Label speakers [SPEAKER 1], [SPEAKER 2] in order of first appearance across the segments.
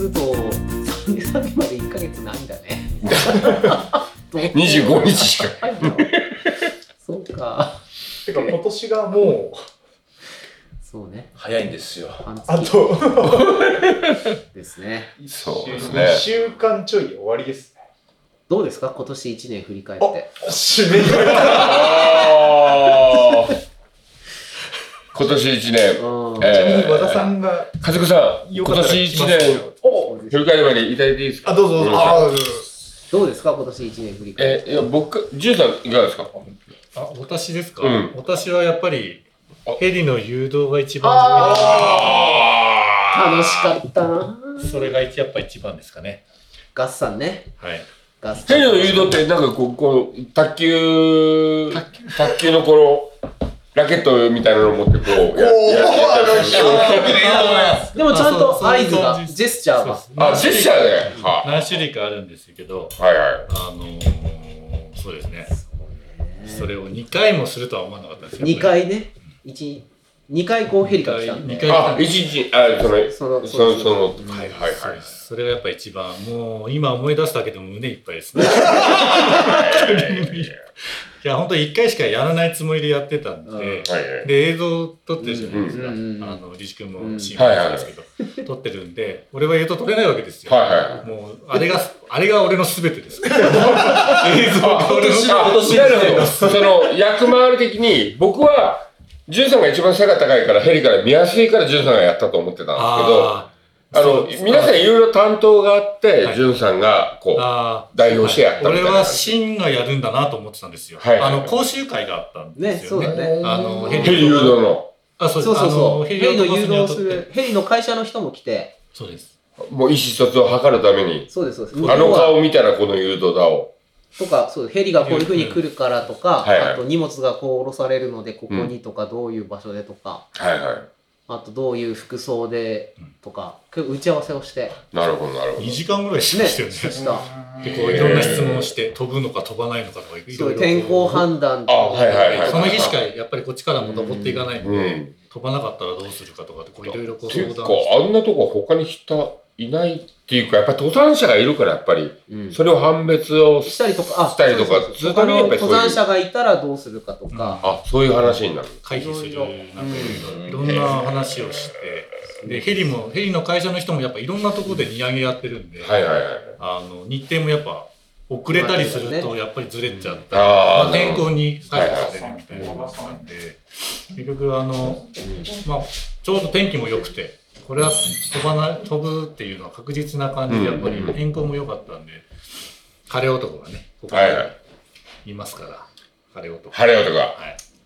[SPEAKER 1] ると3月まで1か月ないんだね
[SPEAKER 2] 25日しか。
[SPEAKER 1] はいもう そうか
[SPEAKER 3] てか今年が もう
[SPEAKER 1] そうね
[SPEAKER 2] 早いんですよ。
[SPEAKER 1] 半
[SPEAKER 3] あ
[SPEAKER 1] 月
[SPEAKER 3] と
[SPEAKER 1] ですね
[SPEAKER 3] 1
[SPEAKER 2] そうですね
[SPEAKER 3] 週間ちょいで終わりですね
[SPEAKER 1] どうですか今年1年振り返って
[SPEAKER 3] 締め切ら
[SPEAKER 2] あー 今年1年。
[SPEAKER 1] うん
[SPEAKER 2] えー
[SPEAKER 3] ちなみに和田さんが
[SPEAKER 2] 和子さん、
[SPEAKER 3] よか
[SPEAKER 2] 今
[SPEAKER 3] ったら
[SPEAKER 2] 年
[SPEAKER 3] 来
[SPEAKER 2] 1
[SPEAKER 3] ますけ
[SPEAKER 2] 年、
[SPEAKER 3] どお
[SPEAKER 2] 振り返る前にいただいていいですか
[SPEAKER 3] あどうぞどうぞあどうぞ
[SPEAKER 1] どうですか今年1年振り返って
[SPEAKER 2] えーいや、僕、ジュンさん、いかがですか
[SPEAKER 4] あ、私ですか、
[SPEAKER 2] うん
[SPEAKER 4] 私はやっぱり
[SPEAKER 2] あ、
[SPEAKER 4] ヘリの誘導が一番
[SPEAKER 2] あ
[SPEAKER 1] 楽しかったな
[SPEAKER 4] 上でそれがやっぱ一番ですかね。
[SPEAKER 1] ガッサンね
[SPEAKER 4] はい。
[SPEAKER 1] ガッサン
[SPEAKER 2] ヘリの誘導って、なんかこう、こう卓球、卓球のこの、ラケットみたいなのを持って、こう、や
[SPEAKER 3] おー
[SPEAKER 2] ややや
[SPEAKER 3] あの人
[SPEAKER 4] あ
[SPEAKER 1] でもちゃんと合図
[SPEAKER 4] そうそういう
[SPEAKER 1] が
[SPEAKER 4] 感じ
[SPEAKER 1] ジェスチャーが
[SPEAKER 4] そう
[SPEAKER 2] あ、
[SPEAKER 4] です
[SPEAKER 2] ジェスチャーで。は
[SPEAKER 4] 何種類かあるんですけど、
[SPEAKER 2] いはいはい。
[SPEAKER 4] あのー、そうですね。それを2回もするとは思わなかったんですよ。
[SPEAKER 1] 2回ね1 2回こうヘリから来たんで
[SPEAKER 4] 二回
[SPEAKER 2] あ、一日、あ、その、
[SPEAKER 1] その
[SPEAKER 2] その、その、
[SPEAKER 1] うん
[SPEAKER 2] はいはい
[SPEAKER 4] そう
[SPEAKER 2] はい
[SPEAKER 4] で。すそれがやっぱ一番、もう今思い出すだけでも胸いっぱいですね。 いや、本当に1回しかやらないつもりでやってたんで、
[SPEAKER 2] はいはい。
[SPEAKER 4] で、映像撮ってるじゃないですか。
[SPEAKER 1] うんうんうん
[SPEAKER 4] あの、リシ君もシーンもそうですけど、撮ってるんで、俺は映像撮れないわけですよ。
[SPEAKER 2] はいは
[SPEAKER 4] もう、あれが、あれが俺の全 てです。映像が俺の
[SPEAKER 2] あなるほど。その、役回り的に、僕は、ジュンさんが一番背が高いから、ヘリから見やすいから、ジュンさんがやったと思ってたんですけど、
[SPEAKER 4] あー
[SPEAKER 2] あ
[SPEAKER 4] そう
[SPEAKER 2] の
[SPEAKER 4] です、
[SPEAKER 2] 皆さんいろいろ担当があって
[SPEAKER 4] は、い
[SPEAKER 2] ジュンさんが、こう、
[SPEAKER 4] あー
[SPEAKER 2] 代表してやったみたい
[SPEAKER 4] 俺
[SPEAKER 2] な
[SPEAKER 4] はシンがやるんだなと思ってたんですよ。
[SPEAKER 2] はいはいはい
[SPEAKER 4] あの、講習会があったんで
[SPEAKER 1] ね
[SPEAKER 4] す
[SPEAKER 1] そ
[SPEAKER 4] よ
[SPEAKER 1] う
[SPEAKER 4] ね。
[SPEAKER 1] だね
[SPEAKER 4] あの、
[SPEAKER 2] ヘリ誘導の、
[SPEAKER 4] あ、そ
[SPEAKER 1] そうう
[SPEAKER 4] で
[SPEAKER 1] そ
[SPEAKER 4] す。
[SPEAKER 1] うそ
[SPEAKER 4] あの
[SPEAKER 1] う
[SPEAKER 4] ヘ
[SPEAKER 1] ヘ
[SPEAKER 4] リを
[SPEAKER 1] リの
[SPEAKER 4] 飛ば
[SPEAKER 1] 誘導
[SPEAKER 4] すにあたっ
[SPEAKER 1] す
[SPEAKER 4] て
[SPEAKER 1] る。ヘリの会社の人も来て
[SPEAKER 4] そうです。
[SPEAKER 2] もう意思疎通を図るために、
[SPEAKER 1] そうですそうです
[SPEAKER 2] あの
[SPEAKER 1] 向こうは
[SPEAKER 2] 顔見たらこの誘導だを。
[SPEAKER 1] とか、そう、ヘリがこういうふうに来るからとか、
[SPEAKER 2] はいはい
[SPEAKER 1] あと荷物がこう下ろされるので、ここにとか、どういう場所でとか、
[SPEAKER 2] はいはい。
[SPEAKER 1] あとどういう服装でとか、結構打ち合わせをして、
[SPEAKER 2] なるほど、なるほど
[SPEAKER 4] 2。時間ぐらいしま
[SPEAKER 1] ね、
[SPEAKER 4] したよね。
[SPEAKER 1] した。
[SPEAKER 4] でこういろんな質問をして、飛ぶのか飛ばないのかとか、いろい
[SPEAKER 1] そう
[SPEAKER 4] ろ。
[SPEAKER 1] いう天候判断
[SPEAKER 2] あはいはいはい
[SPEAKER 4] その日しかやっぱりこっちからも登っていかないの
[SPEAKER 2] う
[SPEAKER 4] で、
[SPEAKER 2] ん。
[SPEAKER 4] 飛ばなかったらどうするかとかって、こういろいろこう
[SPEAKER 2] ってい
[SPEAKER 4] 相
[SPEAKER 2] うか
[SPEAKER 4] 談して。
[SPEAKER 2] あんなとこ他に人いないっていうかやっぱ登山者がいるからやっぱり
[SPEAKER 1] うん
[SPEAKER 2] それを判別をし
[SPEAKER 1] したりとか、あ、
[SPEAKER 2] したりとか
[SPEAKER 1] そうそう
[SPEAKER 2] ず
[SPEAKER 1] そう
[SPEAKER 2] っと
[SPEAKER 1] 他
[SPEAKER 2] ね
[SPEAKER 1] の
[SPEAKER 2] やっぱりそういう
[SPEAKER 1] 登山者がいたらどうするかとか、
[SPEAKER 2] あそういう話になる
[SPEAKER 4] 回避する
[SPEAKER 1] いろいろ
[SPEAKER 4] なんかいろいろいろんな話をしてでヘリもヘリの会社の人もやっぱいろんなところで荷上げやってるんで、
[SPEAKER 2] はいはいはい
[SPEAKER 4] あの日程もやっぱ遅れたりするとやっぱりずれちゃったり、
[SPEAKER 2] あ
[SPEAKER 4] ま
[SPEAKER 2] あ
[SPEAKER 4] あ、
[SPEAKER 2] なる
[SPEAKER 4] 天
[SPEAKER 2] ほど
[SPEAKER 4] 候に左右されるみたいなのがあって結局あの、まあ、ちょうど天気も良くてこれは飛ばない飛ぶっていうのは確実な感じでやっぱり
[SPEAKER 2] うん
[SPEAKER 4] 天候も良かったんで晴れ男がねここ
[SPEAKER 2] はいはい
[SPEAKER 4] にいますから晴れ男。
[SPEAKER 2] 晴れ男が
[SPEAKER 4] は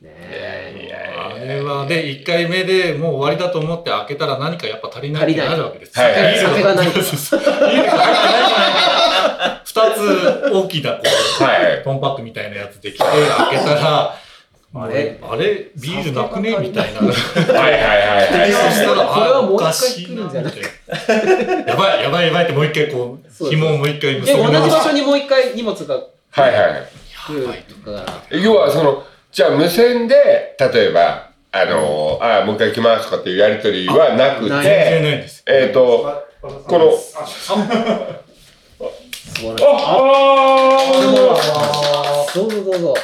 [SPEAKER 4] い
[SPEAKER 1] ね
[SPEAKER 2] い
[SPEAKER 1] え
[SPEAKER 2] や
[SPEAKER 4] あ
[SPEAKER 2] いや
[SPEAKER 4] れはで1回目でもう終わりだと思って開けたら何かやっぱ足りないってなるわけです
[SPEAKER 2] 足りない
[SPEAKER 4] ビール
[SPEAKER 1] 酒がない
[SPEAKER 4] そうそうビールが入ってないじゃないか2つ大きなこう、
[SPEAKER 2] はいはい
[SPEAKER 4] ポンパックみたいなやつできて開けたらあ
[SPEAKER 1] れ
[SPEAKER 4] れあれビールなくねみたいなそし
[SPEAKER 2] はいはいはいはい
[SPEAKER 4] たら
[SPEAKER 1] これはもう一回
[SPEAKER 4] あおかしい
[SPEAKER 1] 来るんじゃない
[SPEAKER 4] みたいなやばいやばいやばいってもう一回こ
[SPEAKER 1] そう
[SPEAKER 4] う
[SPEAKER 1] です
[SPEAKER 4] 紐をもう一回
[SPEAKER 1] で、
[SPEAKER 4] 結び
[SPEAKER 1] 同じ
[SPEAKER 4] 直
[SPEAKER 1] 場
[SPEAKER 4] し
[SPEAKER 1] 所にもう一回荷物が
[SPEAKER 2] はいは
[SPEAKER 1] 来るとかから、
[SPEAKER 2] い要はそのじゃあ無線で例えばあのーあーもう一回来ますとかっていうやりとりはなく
[SPEAKER 1] ない
[SPEAKER 4] て
[SPEAKER 2] て
[SPEAKER 4] 全然ないんです
[SPEAKER 2] えっとこの
[SPEAKER 1] 素晴らしい
[SPEAKER 2] ああ
[SPEAKER 1] どうぞどうぞ。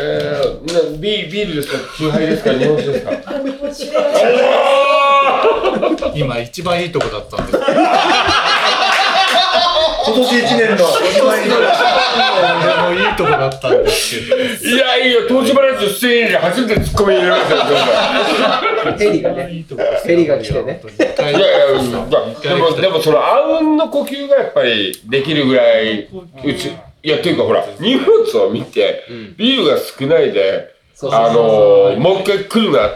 [SPEAKER 2] えー、なビービールですか酎ハイですか日本酒ですか
[SPEAKER 4] 今一番いいとこだったんです
[SPEAKER 3] 今年1年のおしまい
[SPEAKER 4] 俺もいいとこだったんですけど
[SPEAKER 2] いやいいよ、東芝ラジオ出演以来初めてツッコミ入れましたよ、
[SPEAKER 1] ヘリがね。
[SPEAKER 4] いいとこですよ
[SPEAKER 1] ヘリが来てね。
[SPEAKER 2] いやいや、まあでも、でもその、あうんの呼吸がやっぱりできるぐらい、うち、いや、というかほら、荷物を見て、
[SPEAKER 1] うん。
[SPEAKER 2] ビールが少ないで、
[SPEAKER 1] そうそう
[SPEAKER 2] あ
[SPEAKER 1] そう。
[SPEAKER 2] のー、もう一回来るなっ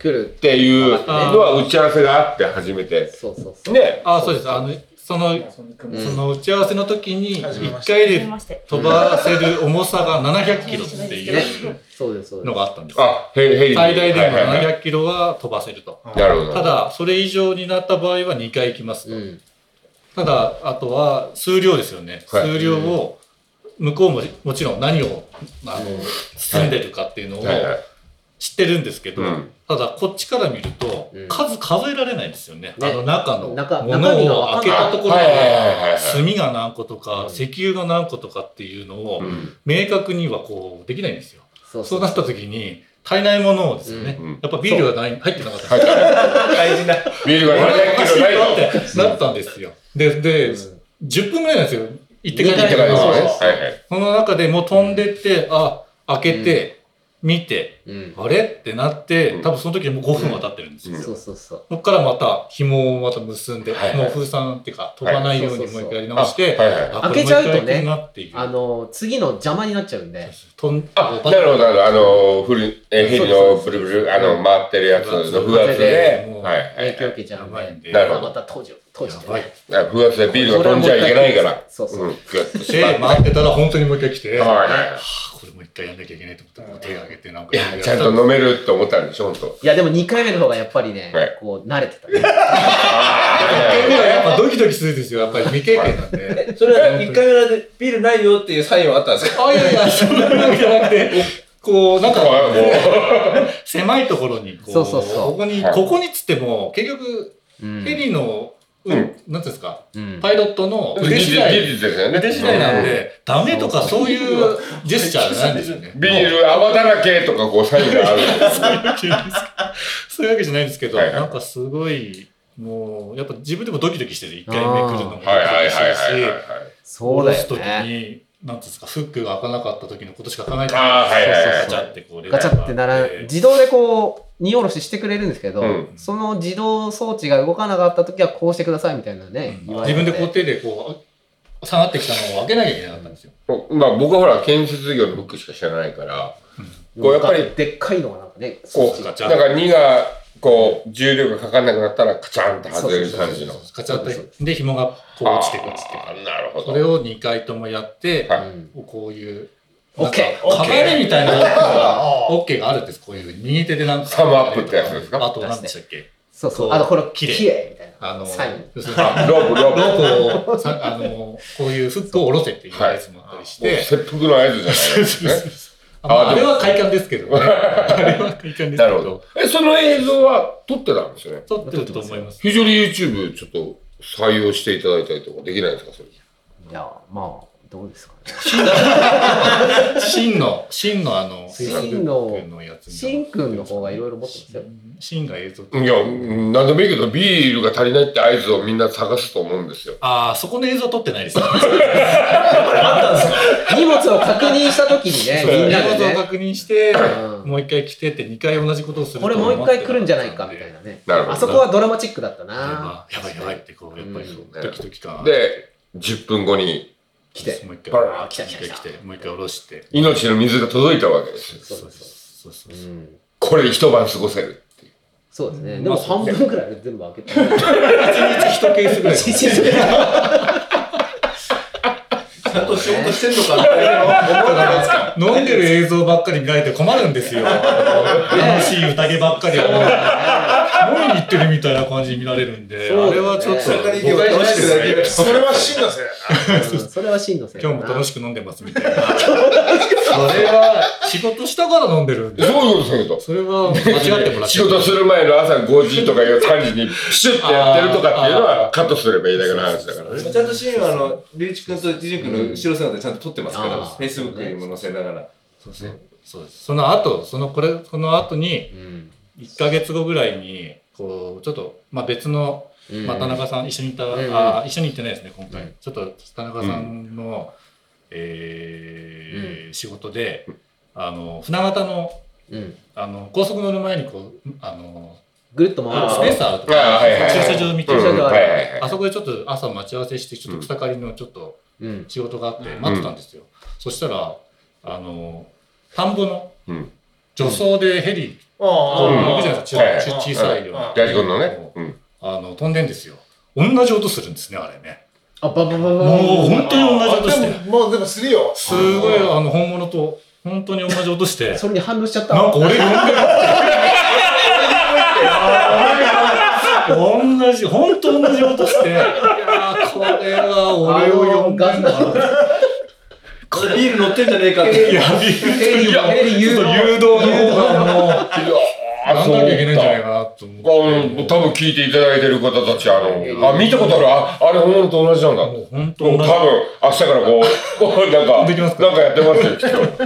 [SPEAKER 1] 来る。
[SPEAKER 2] ていうのは打ち合わせがあって初めて。
[SPEAKER 1] そうそうそう。
[SPEAKER 2] ね。
[SPEAKER 4] あ、そうです。あの、その、その打ち合わせの時に、一回で飛ばせる重さが700キロって
[SPEAKER 1] ね
[SPEAKER 4] いう。
[SPEAKER 1] そうです、そうで
[SPEAKER 4] のがあったんです。
[SPEAKER 2] あ、ヘリ、ヘリ。
[SPEAKER 4] 最大でも
[SPEAKER 2] はいはいはい
[SPEAKER 4] 700キロは飛ばせると。
[SPEAKER 2] なるほど。
[SPEAKER 4] ただ、それ以上になった場合は2回行きます
[SPEAKER 1] す。う
[SPEAKER 4] と。
[SPEAKER 1] ん。
[SPEAKER 4] ただ、あとは数量ですよね。
[SPEAKER 2] はい
[SPEAKER 4] 数量を、向こうももちろん何を、あの、包んでるかっていうのを、
[SPEAKER 2] はいはい
[SPEAKER 4] 知ってるんですけど、
[SPEAKER 2] うん
[SPEAKER 4] ただこっちから見ると
[SPEAKER 1] うん
[SPEAKER 4] 数数えられないですよね。
[SPEAKER 1] ね
[SPEAKER 4] あの中の
[SPEAKER 1] 中
[SPEAKER 4] も
[SPEAKER 1] 中身が
[SPEAKER 4] のを
[SPEAKER 1] わ
[SPEAKER 4] 開
[SPEAKER 1] かんない
[SPEAKER 4] けたところ
[SPEAKER 2] はいはいはいはいは
[SPEAKER 4] で
[SPEAKER 2] い
[SPEAKER 4] 炭が何個と
[SPEAKER 1] うん
[SPEAKER 4] か石油が何個とかっていうのを
[SPEAKER 2] うん
[SPEAKER 4] 明確にはこうできないんですよ。
[SPEAKER 1] そう
[SPEAKER 4] そうなった時に足りないものをですよね。
[SPEAKER 2] うんうん
[SPEAKER 4] やっぱビールがない入ってな かった。
[SPEAKER 2] 入ってない
[SPEAKER 3] 大 事な。
[SPEAKER 2] ビールが
[SPEAKER 4] おか
[SPEAKER 2] 700
[SPEAKER 4] し
[SPEAKER 2] キ
[SPEAKER 4] い
[SPEAKER 2] ロない
[SPEAKER 4] な っ
[SPEAKER 2] と。
[SPEAKER 4] てなったんですよ。で、で、
[SPEAKER 1] うん
[SPEAKER 4] 10分ぐらいなんですよ。行って帰
[SPEAKER 1] 行
[SPEAKER 4] っ
[SPEAKER 1] ってて帰
[SPEAKER 2] いか
[SPEAKER 1] って
[SPEAKER 2] ない
[SPEAKER 1] ら
[SPEAKER 2] で
[SPEAKER 1] ですす
[SPEAKER 2] ね。
[SPEAKER 1] ねそうそうそ
[SPEAKER 2] はいはい。
[SPEAKER 4] その中でもう飛んでって、あ、開けて、見て、
[SPEAKER 1] うん
[SPEAKER 4] あれってなって
[SPEAKER 2] うん、
[SPEAKER 4] 多分その時にもう5分は経ってるんですよ。
[SPEAKER 2] うん
[SPEAKER 1] そうそうそう
[SPEAKER 4] そこからまた紐をまた結んで、
[SPEAKER 2] はいはい
[SPEAKER 4] もう風船っていうか飛ばないように
[SPEAKER 1] はい
[SPEAKER 4] もう一回やり直して、
[SPEAKER 2] はいはい。
[SPEAKER 4] あ
[SPEAKER 1] 開けちゃうとね
[SPEAKER 4] これもう一回行くなっていう。
[SPEAKER 1] あの次の邪魔になっちゃうんで
[SPEAKER 4] とん
[SPEAKER 2] あ、なるほど、なるほど。あの、フル、え、ヘリのブルブル、あの、回ってるやつの不圧で、
[SPEAKER 4] もう
[SPEAKER 2] はいはい
[SPEAKER 1] 影響受けちゃうん
[SPEAKER 4] やばいん
[SPEAKER 1] で
[SPEAKER 4] で
[SPEAKER 2] なるほど
[SPEAKER 1] また当時当時
[SPEAKER 4] やばい
[SPEAKER 2] あ不圧でビールが飛んじゃいけないから。、
[SPEAKER 1] そうそううん
[SPEAKER 2] ふわっとしま
[SPEAKER 4] で、
[SPEAKER 2] って
[SPEAKER 4] 待ってたら本当にもう一回来て、
[SPEAKER 2] はい
[SPEAKER 4] は
[SPEAKER 2] は
[SPEAKER 4] あこれもう一回やんなきゃいけないと思って、もう手を挙げてなんか
[SPEAKER 2] い。いや、ちゃんと飲めると思ったんでしょ、本当。
[SPEAKER 1] いやでも2回目の方がやっぱりね、
[SPEAKER 2] はい
[SPEAKER 1] こう慣れてたね
[SPEAKER 4] 一回目はやっぱドキドキするんですよ、やっぱり未経験なんで。
[SPEAKER 5] それは一回目でビールないよっていうサインはあったんです か
[SPEAKER 4] あ、いやいや、そんなわけじゃなくて、 こう、なんか、狭いところに、こう、
[SPEAKER 1] そうそうそう
[SPEAKER 4] ここに、
[SPEAKER 2] はい
[SPEAKER 4] ここにっつっても、結局、
[SPEAKER 1] うん
[SPEAKER 4] ヘリの、う
[SPEAKER 2] うん
[SPEAKER 4] ん、なんていうんですか、
[SPEAKER 1] うん
[SPEAKER 4] パイロットの
[SPEAKER 2] 技
[SPEAKER 4] 腕
[SPEAKER 2] 術
[SPEAKER 4] 次
[SPEAKER 2] 技
[SPEAKER 4] 第、
[SPEAKER 2] 術ですよね。
[SPEAKER 4] 腕次第なんで、ダメとかそういうジェスチャーじゃないんですよね。
[SPEAKER 2] ビール泡だらけとかこうサインがある。
[SPEAKER 4] そういうわけじゃないんですけど、
[SPEAKER 2] はいはい
[SPEAKER 4] なんかすごい、もう、やっぱ自分でもドキドキしてて、一回めくるのもドキドキ
[SPEAKER 2] はいはいはい
[SPEAKER 4] して
[SPEAKER 2] は
[SPEAKER 4] る
[SPEAKER 2] い
[SPEAKER 4] し
[SPEAKER 2] は、い。
[SPEAKER 1] そうだよ
[SPEAKER 4] 戻す時
[SPEAKER 1] ね
[SPEAKER 4] に、なんていうんですか、フックが開かなかった時のことしか考えてない。
[SPEAKER 2] あーはいはいはい
[SPEAKER 4] ガチャってこう、
[SPEAKER 1] ガチャってなら
[SPEAKER 4] レバーがあって
[SPEAKER 1] 自動でこう荷下ろししてくれるんですけど、
[SPEAKER 2] うん
[SPEAKER 1] その自動装置が動かなかった時はこうしてくださいみたいなね、言われ
[SPEAKER 4] 自
[SPEAKER 1] て
[SPEAKER 4] 分でこう手でこう、下がってきたのを開けなきゃいけなかったんですよ。
[SPEAKER 2] まあ僕はほら建設業のフックしか知らないから、こうやっぱり
[SPEAKER 1] でっかいのがなんかね装
[SPEAKER 2] こ
[SPEAKER 1] 置
[SPEAKER 2] う、
[SPEAKER 1] が
[SPEAKER 2] なんか2がこう重力がかかんなくなったらカチャンって外れる感じの。
[SPEAKER 4] ガチャって、で、紐がこう落ちてく落ちてく。
[SPEAKER 2] あーなるほど。
[SPEAKER 4] それを2回ともやって、
[SPEAKER 2] はい
[SPEAKER 1] うん
[SPEAKER 4] こういう、
[SPEAKER 1] オッケー
[SPEAKER 4] なんかカバレみた いなオッケーがあるんです。こういう右手でなんか。
[SPEAKER 2] サムアップってやつですか
[SPEAKER 4] あと何でしたっけ
[SPEAKER 1] そうそ
[SPEAKER 4] こ
[SPEAKER 1] う
[SPEAKER 4] う
[SPEAKER 1] あのこれ
[SPEAKER 4] 綺
[SPEAKER 1] 綺
[SPEAKER 4] 麗
[SPEAKER 1] 麗みたいな
[SPEAKER 4] あの、
[SPEAKER 1] サイン
[SPEAKER 4] 要するに ロ
[SPEAKER 2] ロープロープ。も
[SPEAKER 4] ープをさ、あの、こういうフックを下ろせっていうやつもあったりし
[SPEAKER 2] う
[SPEAKER 4] て、
[SPEAKER 2] 切腹の合図じゃないです
[SPEAKER 4] そうそう
[SPEAKER 2] ね。
[SPEAKER 4] あまあ
[SPEAKER 2] あ
[SPEAKER 4] あ
[SPEAKER 2] で
[SPEAKER 4] れ
[SPEAKER 2] も
[SPEAKER 4] は快感ですけ どね。あれは快感ですけ
[SPEAKER 2] なるほど
[SPEAKER 4] ど。。
[SPEAKER 2] え、その映像は撮ってたんですよね。
[SPEAKER 4] 撮ってると思います。
[SPEAKER 2] 非常に YouTube ちょっと採用していただいたりとかできないんですか、それ。
[SPEAKER 1] いやまあどうですかね
[SPEAKER 4] 真の、真のあの、
[SPEAKER 1] 真の
[SPEAKER 4] Facebook のやつみたい
[SPEAKER 1] シ
[SPEAKER 4] な
[SPEAKER 1] ンくんの方がいろいろ持ってますよ
[SPEAKER 4] 真が映像。
[SPEAKER 2] いや、うんなんでもいいけど、ビールが足りないって合図をみんな探すと思うんですよ。
[SPEAKER 4] ああ、そこの映像撮ってな いですね。
[SPEAKER 1] 荷物を確認した時にねみんなで
[SPEAKER 4] 映像を
[SPEAKER 1] ね
[SPEAKER 4] 確認して、
[SPEAKER 1] うん
[SPEAKER 4] もう一回来てって2回同じことをすると
[SPEAKER 1] これもう一回来るんじゃないかみたいなね
[SPEAKER 2] なるほど
[SPEAKER 1] あそこはドラマチックだったな
[SPEAKER 4] やばいやばいってこうやっぱり
[SPEAKER 2] うん
[SPEAKER 4] ドキドキ感
[SPEAKER 2] で、10分後に
[SPEAKER 1] 来て
[SPEAKER 4] もう一回
[SPEAKER 2] バ
[SPEAKER 1] ラー来た来た来た
[SPEAKER 4] もう一回来てもう一回下ろして
[SPEAKER 2] 命の水が届いたわけですよ。
[SPEAKER 1] そうそう
[SPEAKER 4] そうそう
[SPEAKER 1] う
[SPEAKER 4] そうん
[SPEAKER 2] これで一晩過ごせるっていう。
[SPEAKER 1] そうですね
[SPEAKER 4] うん
[SPEAKER 1] でも
[SPEAKER 4] まあそ
[SPEAKER 1] 半
[SPEAKER 4] う
[SPEAKER 1] 分くらいで全部開けて
[SPEAKER 4] 一日一ケース ぐらい
[SPEAKER 1] 一日ぐらい
[SPEAKER 5] ちゃんと仕事してんのかっていうのを思うじゃないですか。
[SPEAKER 4] 飲んでる映像ばっかり見られて困るんですよ楽しい宴ばっかり飲みに行ってるみたいな感じに見られるんで
[SPEAKER 1] そう
[SPEAKER 4] あれはちょっと
[SPEAKER 1] それ
[SPEAKER 5] なりに
[SPEAKER 4] 誤解しないでください
[SPEAKER 5] そ
[SPEAKER 3] それは真のせい。
[SPEAKER 1] うんそれは真のせい
[SPEAKER 4] 今日も楽
[SPEAKER 1] し
[SPEAKER 4] しく飲んでますみたいなそれは仕事したから飲んでるんで
[SPEAKER 2] そういうことそういうこと。
[SPEAKER 4] それは間違ってもらって
[SPEAKER 2] 仕事する前の朝5時とかいう3時にピシュッてやってるとかっていうのはカットすればいいだけの話だからね。
[SPEAKER 5] ちゃんとシーンは、あの、リュウチ君とジジュン君の後ろ姿ちゃんと撮ってますから、
[SPEAKER 1] うんあー
[SPEAKER 5] Facebook にも載せながら。
[SPEAKER 4] そうですねそうですその後そのこれこの後に
[SPEAKER 1] うん
[SPEAKER 4] 1ヶ月後ぐらいにこうちょっと、まあ、別の、
[SPEAKER 1] うん
[SPEAKER 4] まあ、田中さん一緒にいた、
[SPEAKER 1] んうん
[SPEAKER 4] あー一緒に行ってないですね今回、
[SPEAKER 1] うん
[SPEAKER 4] ちょっと田中さんの、えー仕事であの船形の
[SPEAKER 1] うん
[SPEAKER 4] あの高速乗る前にこうあの
[SPEAKER 1] ぐるっと回る
[SPEAKER 4] スペースあると
[SPEAKER 2] ああ、はいはいは
[SPEAKER 4] か
[SPEAKER 2] い。
[SPEAKER 4] 駐車場みたい
[SPEAKER 1] 駐車
[SPEAKER 4] な、
[SPEAKER 1] 場
[SPEAKER 2] うんはいはいはい
[SPEAKER 4] あそこでちょっと朝待ち合わせしてちょっと草刈りのちょっと
[SPEAKER 1] うん
[SPEAKER 4] 仕事があって待ってたんですよ、そしたらあの田んぼの
[SPEAKER 2] うん
[SPEAKER 4] 除草でヘリ、こう動くじゃないですか
[SPEAKER 2] うん
[SPEAKER 4] ち小さいような。
[SPEAKER 2] 大事君のね。うん。
[SPEAKER 4] あの飛んでんですよ。同じ音するんですね、あれね。
[SPEAKER 1] あバババババ
[SPEAKER 4] もう本当に同じ音してる。
[SPEAKER 3] でも、もうでもするよ。
[SPEAKER 4] すごい、あの、本物と本当に同じ音して、なん
[SPEAKER 1] それに反応しちゃった
[SPEAKER 4] か俺呼んでる同じ、本当同じ音して、いやーこれは俺を呼んでんだな。こ
[SPEAKER 5] ビール乗ってんじゃねえかって。
[SPEAKER 4] いや、ビールにも
[SPEAKER 1] ヘリ
[SPEAKER 4] ち
[SPEAKER 1] 誘
[SPEAKER 4] ょ
[SPEAKER 1] 導
[SPEAKER 4] っと誘導の方がもう、
[SPEAKER 2] や
[SPEAKER 4] なんなきゃいけないんじゃない
[SPEAKER 2] か。
[SPEAKER 4] かなと思って。
[SPEAKER 2] あの多分聞いていただいてる方たち、あの、あ、見たことある、あ、あれ、本と同じなんだ。
[SPEAKER 4] も
[SPEAKER 2] も
[SPEAKER 4] う本
[SPEAKER 2] う多
[SPEAKER 4] 当
[SPEAKER 2] 分
[SPEAKER 4] 同、
[SPEAKER 2] 明日からこう、 こう、なんか、
[SPEAKER 4] できますか
[SPEAKER 2] なんかやってますよ、きっ と。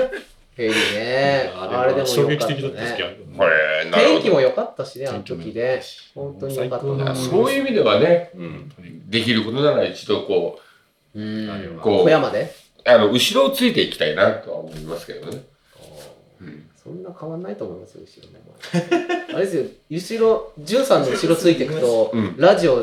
[SPEAKER 1] ヘリね。あれでも
[SPEAKER 4] 衝
[SPEAKER 1] よか
[SPEAKER 4] 撃
[SPEAKER 1] った
[SPEAKER 4] 的だったんですけど
[SPEAKER 1] ね。。
[SPEAKER 2] これ、なる
[SPEAKER 1] 天
[SPEAKER 2] ほ
[SPEAKER 1] 気
[SPEAKER 2] ど。
[SPEAKER 1] も良かったしね、あの時で。本当に良かった
[SPEAKER 4] 最高だ
[SPEAKER 1] な。
[SPEAKER 2] あそういう意味ではね、
[SPEAKER 5] うん。
[SPEAKER 2] できることなら一度こ
[SPEAKER 1] う
[SPEAKER 4] あれは
[SPEAKER 1] ん。
[SPEAKER 2] こう
[SPEAKER 1] 小山で
[SPEAKER 2] う、あの、後ろをついていきたいなとは思いますけどね。うん
[SPEAKER 1] そんな変わんないと思いますよ、後ろの。あれですよ、後ろ、潤さんの後ろついていくと
[SPEAKER 2] うん、
[SPEAKER 1] ラジオ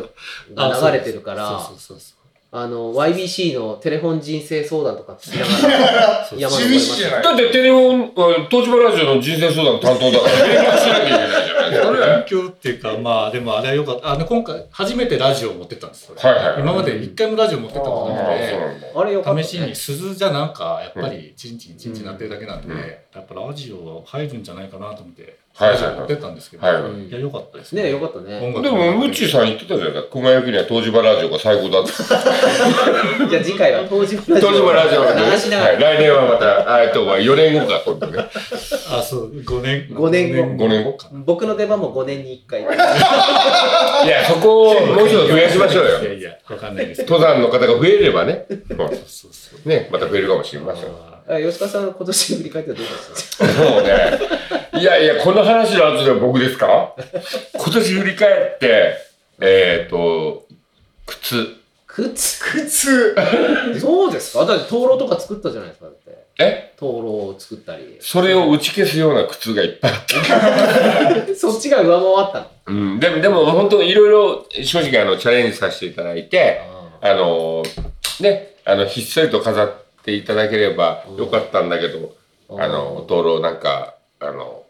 [SPEAKER 1] が流れてるから、
[SPEAKER 4] そうそうそう
[SPEAKER 1] あの、YBC のテレフォン人生相談とか聞きながら、山登りま
[SPEAKER 3] CBC じ
[SPEAKER 1] し
[SPEAKER 3] ゃない
[SPEAKER 2] だってテレフォン、あ東芝ラジオの人生相談担当だから、勉強しなきゃいけないじゃないですかね。
[SPEAKER 4] 勉強っていうか、まあでもあれは良かった。あの、今回初めてラジオを持ってったんですよ。
[SPEAKER 2] はいはいはい
[SPEAKER 4] 今まで一回もラジオ持ってったことな
[SPEAKER 1] あ
[SPEAKER 4] く
[SPEAKER 1] ー
[SPEAKER 4] て。
[SPEAKER 1] た。あれよかった、ね。
[SPEAKER 4] 試しに鈴じゃなんかやっぱりチンチンチンチンなってるだけなんで、やっぱラジオ入るんじゃないかなと思って、
[SPEAKER 2] はい
[SPEAKER 4] ラジオ持ってったんですけど、
[SPEAKER 2] はい
[SPEAKER 4] い
[SPEAKER 2] はい
[SPEAKER 4] や良かったです
[SPEAKER 1] ね、よ
[SPEAKER 4] か
[SPEAKER 1] かったね。
[SPEAKER 4] 音楽
[SPEAKER 2] でも、ムッチーさん言ってたじゃないか。熊焼きには東芝ラジオが最高だって。
[SPEAKER 1] じゃあ次回は東芝ラジオ。
[SPEAKER 2] 東芝ラジオなんで
[SPEAKER 1] 流しながら。
[SPEAKER 2] はい来年はまた、あえっと、4年後か、今度ね。
[SPEAKER 4] あ、そう、5年
[SPEAKER 1] 五年後
[SPEAKER 2] 5年後か。
[SPEAKER 1] 僕の出番も5年に1回。
[SPEAKER 2] いや、そこをもうちょっと増やしましょう
[SPEAKER 4] いや
[SPEAKER 2] よ。
[SPEAKER 4] いや、わかんないですけど。
[SPEAKER 2] 登山の方が増えればね。う
[SPEAKER 4] そうそうん
[SPEAKER 2] ね、また増えるかもしれません。も
[SPEAKER 4] あ
[SPEAKER 1] あ吉川さん、今年振り返ってどうでした
[SPEAKER 2] うね。いやいや、この話の後では僕です か今年振り返って、えっと、靴。
[SPEAKER 1] 靴
[SPEAKER 3] 靴。
[SPEAKER 1] そうですかだって灯籠とか作ったじゃないですか。だって
[SPEAKER 2] え
[SPEAKER 1] 灯籠を作ったり。
[SPEAKER 2] それを打ち消すような靴がいっぱいあっ た。
[SPEAKER 1] そっちが上回ったの。
[SPEAKER 2] うん、でも、でも本当いろいろ正直あのチャレンジさせていただいて、あのね、あのひっそりと飾っていただければよかったんだけど、
[SPEAKER 1] うん
[SPEAKER 2] あの灯籠なんかあの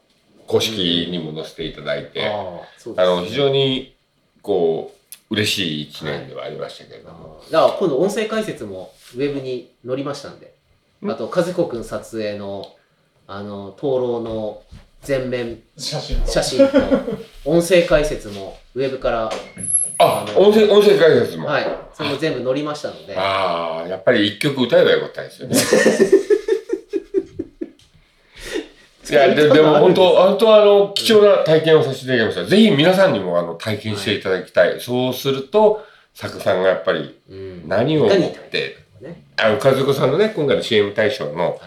[SPEAKER 2] 公式にも載せていただいて、
[SPEAKER 1] ああ、そうで
[SPEAKER 2] あ
[SPEAKER 1] す、ね。
[SPEAKER 2] の非常にこう嬉しい一年ではありましたけれども、
[SPEAKER 1] だから今度音声解説もウェブに載りましたんで、
[SPEAKER 2] うん
[SPEAKER 1] あと和子くん撮影のあの灯籠の全面
[SPEAKER 3] 写真と。
[SPEAKER 1] 写真と音声解説もウェブから
[SPEAKER 2] あ音声音声解説も、
[SPEAKER 1] はいそれも全部載りましたので
[SPEAKER 2] ああやっぱり一曲歌えばよかったですよね。いやででも本当本当あの貴重な体験をさせていただきました。ぜひ皆さんにもあの体験していただきたい。そうすると作さんがやっぱり
[SPEAKER 1] うん
[SPEAKER 2] 何を
[SPEAKER 1] い
[SPEAKER 2] 思
[SPEAKER 1] か
[SPEAKER 2] っ
[SPEAKER 1] に
[SPEAKER 2] て、
[SPEAKER 1] ね
[SPEAKER 2] あの和子さんのね今回の CM 大賞の、
[SPEAKER 1] はい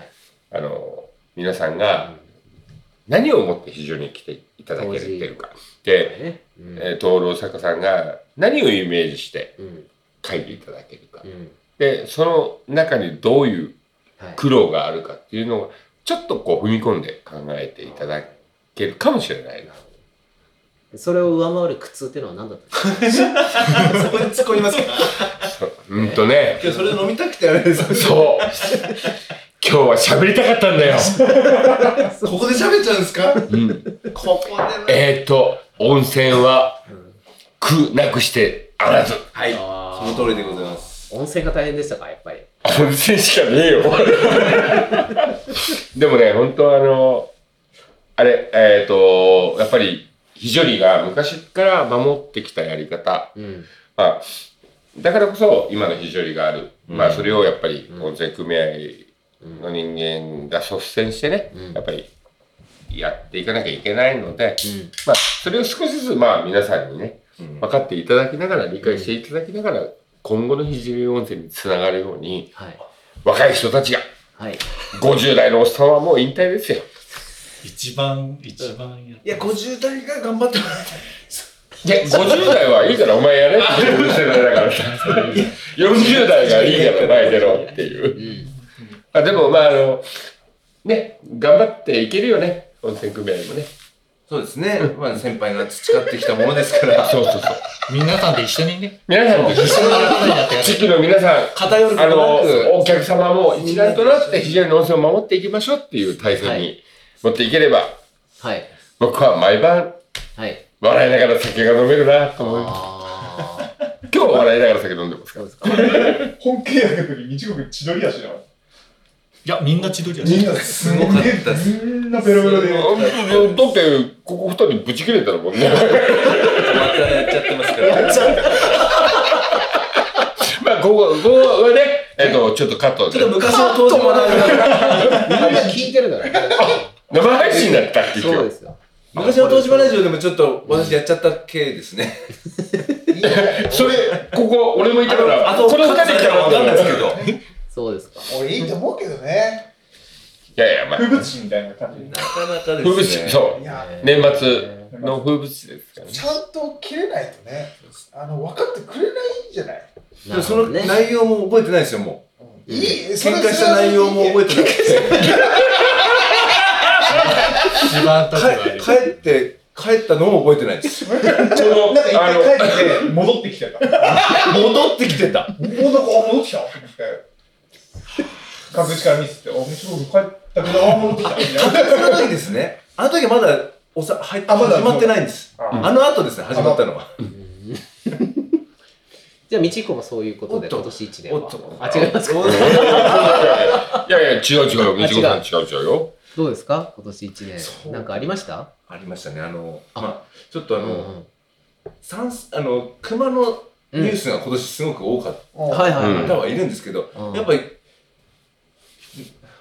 [SPEAKER 2] あの皆さんが何を思って非常に来ていただけるっていうか、で、
[SPEAKER 1] ねうん
[SPEAKER 2] えー、灯籠作家さんが何をイメージして
[SPEAKER 1] うん
[SPEAKER 2] 書いていただけるか
[SPEAKER 1] う。ん
[SPEAKER 2] でその中にどういう
[SPEAKER 1] はい
[SPEAKER 2] 苦労があるかっていうのをちょっとこう踏み込んで考えていただけるかもしれないな。
[SPEAKER 1] それを上回る苦痛っていうのは何だったんですか
[SPEAKER 5] そこに突っ込みますか
[SPEAKER 2] うんとね、
[SPEAKER 5] 今日それ飲みたくてあれです。
[SPEAKER 2] そう。今日は喋りたかったんだよ。
[SPEAKER 5] ここで喋っちゃうんですか
[SPEAKER 2] うん、
[SPEAKER 5] ここでな。
[SPEAKER 2] えっと、温泉は苦なくしてあらず。
[SPEAKER 5] はい。
[SPEAKER 1] あ
[SPEAKER 5] そ
[SPEAKER 1] ー
[SPEAKER 5] の通りでございます。
[SPEAKER 1] 温泉が大変でしたかやっぱり
[SPEAKER 2] 温泉しかねえよ。でもね、本当あの、あれ、えっ、と、やっぱり、非常にが昔から守ってきたやり方。
[SPEAKER 1] うん
[SPEAKER 2] まあ、だからこそ今の非常理がある、まあ、それをやっぱり
[SPEAKER 1] うん
[SPEAKER 2] 温泉組合の人間が率先してね、
[SPEAKER 1] うん
[SPEAKER 2] やっぱりやっていかなきゃいけないので、
[SPEAKER 1] うん
[SPEAKER 2] まあ、それを少しずつまあ皆さんにね
[SPEAKER 5] うん
[SPEAKER 2] 分かっていただきながら理解していただきながら、今後の非常理温泉につながるように
[SPEAKER 1] はい
[SPEAKER 2] 若い人たちが
[SPEAKER 1] はい
[SPEAKER 2] 50代のおっさんはもう引退ですよ。
[SPEAKER 4] 一番、一番やっ
[SPEAKER 5] いや、50代が頑張ってもらいたい。
[SPEAKER 2] いや、50代はいいからお前やれっていう世代だからさ。40代がいいから前出ろっていう。
[SPEAKER 1] うん
[SPEAKER 2] あでもまああのね頑張っていけるよね温泉組合もね
[SPEAKER 5] そうですね。まあ先輩が培ってきたものですから。
[SPEAKER 2] そうそうそう
[SPEAKER 4] 皆さんで一緒にね、
[SPEAKER 2] 皆さんも
[SPEAKER 4] 一緒にやらないんだって
[SPEAKER 2] 地域の皆さん
[SPEAKER 5] 偏るこ
[SPEAKER 2] あ
[SPEAKER 5] と
[SPEAKER 2] の
[SPEAKER 5] なく。
[SPEAKER 2] お客様も一丸となって非常に温泉を守っていきましょうっていう体制
[SPEAKER 1] は
[SPEAKER 2] に持っていければ、
[SPEAKER 1] はい
[SPEAKER 2] 僕は毎晩
[SPEAKER 1] はい
[SPEAKER 2] 笑いながら酒が飲めるなと思います
[SPEAKER 1] ああ
[SPEAKER 2] 今日は笑いながら酒飲んでますか
[SPEAKER 1] そう
[SPEAKER 2] ら
[SPEAKER 1] ですか
[SPEAKER 3] 本契約の時に日国千鳥足だわ。
[SPEAKER 4] いや、みんな千鳥や
[SPEAKER 3] みん
[SPEAKER 4] し。
[SPEAKER 3] なすご
[SPEAKER 5] かったっす
[SPEAKER 3] みんなベロベロで。
[SPEAKER 2] うんだってここ二人ぶち切れたらもんね
[SPEAKER 5] またやっちゃってますから。
[SPEAKER 2] まあここここはねえっと、ちょっとカット
[SPEAKER 5] ちょっと
[SPEAKER 2] で。
[SPEAKER 5] 昔の当時もなんか
[SPEAKER 1] みんな聞いてるだろ。
[SPEAKER 2] 生配信だったっけ、今
[SPEAKER 1] そう
[SPEAKER 2] 日
[SPEAKER 1] で。すよ。
[SPEAKER 5] 昔の東芝ラジオでもちょっと私やっちゃった系ですね。
[SPEAKER 2] それ、ここ、俺もいたから、この二人来たら
[SPEAKER 5] わ
[SPEAKER 2] 分かんない
[SPEAKER 5] かんな
[SPEAKER 2] いで
[SPEAKER 5] で
[SPEAKER 2] すす
[SPEAKER 5] け
[SPEAKER 2] け
[SPEAKER 5] ど
[SPEAKER 2] ど。。
[SPEAKER 1] そうですか。
[SPEAKER 6] 俺いいと思うけどね。
[SPEAKER 2] いやいや、まあ、
[SPEAKER 3] 風物詩みたいな感じで
[SPEAKER 5] なかなかですね。
[SPEAKER 2] 風物詩、そ。
[SPEAKER 6] いうや、
[SPEAKER 2] 年末の風物詩ですからね
[SPEAKER 6] ち。ゃんと切れないとね、あの分かってくれないんじゃない
[SPEAKER 5] でもその
[SPEAKER 1] ね。
[SPEAKER 5] 内容も覚えてないですよ、も
[SPEAKER 6] いい、
[SPEAKER 5] う。喧嘩した内容も覚えてない。
[SPEAKER 4] 一番立場がある
[SPEAKER 5] 帰帰って、帰ったのも覚えてないです。
[SPEAKER 2] ちょう
[SPEAKER 3] なんか一
[SPEAKER 2] ど、あの、
[SPEAKER 3] 回帰って戻ってきてた。
[SPEAKER 5] 戻ってきてた。
[SPEAKER 3] 戻ってあ戻ってきたと思って。確実からミスって、あ、もうすぐ帰ったけど、あ、戻ってきたみたいな。
[SPEAKER 5] その時ですね。あの時まだ、おさ、入っ
[SPEAKER 3] あまだ
[SPEAKER 5] 始まってないんです。
[SPEAKER 3] あ
[SPEAKER 5] あの後ですね、始まったのは。
[SPEAKER 1] じゃあ、道彦もそういうこと
[SPEAKER 5] お
[SPEAKER 1] で、
[SPEAKER 5] っと
[SPEAKER 1] 今年一年
[SPEAKER 5] おっと
[SPEAKER 1] は。あ、違いますか。
[SPEAKER 2] いやいや、違う違うよ。みちこさん
[SPEAKER 1] あ
[SPEAKER 2] 違う違うよ。
[SPEAKER 1] どうですか今年一
[SPEAKER 5] そ
[SPEAKER 1] 年。
[SPEAKER 5] う
[SPEAKER 1] なんかありました
[SPEAKER 5] ありましたね、あの、
[SPEAKER 1] あ
[SPEAKER 5] まあ、ちょっとあ
[SPEAKER 1] う
[SPEAKER 5] の、
[SPEAKER 1] ん
[SPEAKER 5] 三すあの、熊の
[SPEAKER 1] うん。
[SPEAKER 5] ニュースが今年すごく多かっ
[SPEAKER 6] うん
[SPEAKER 1] はいはい
[SPEAKER 2] うん
[SPEAKER 5] たはいるんですけど、
[SPEAKER 1] はい。
[SPEAKER 5] やっぱり、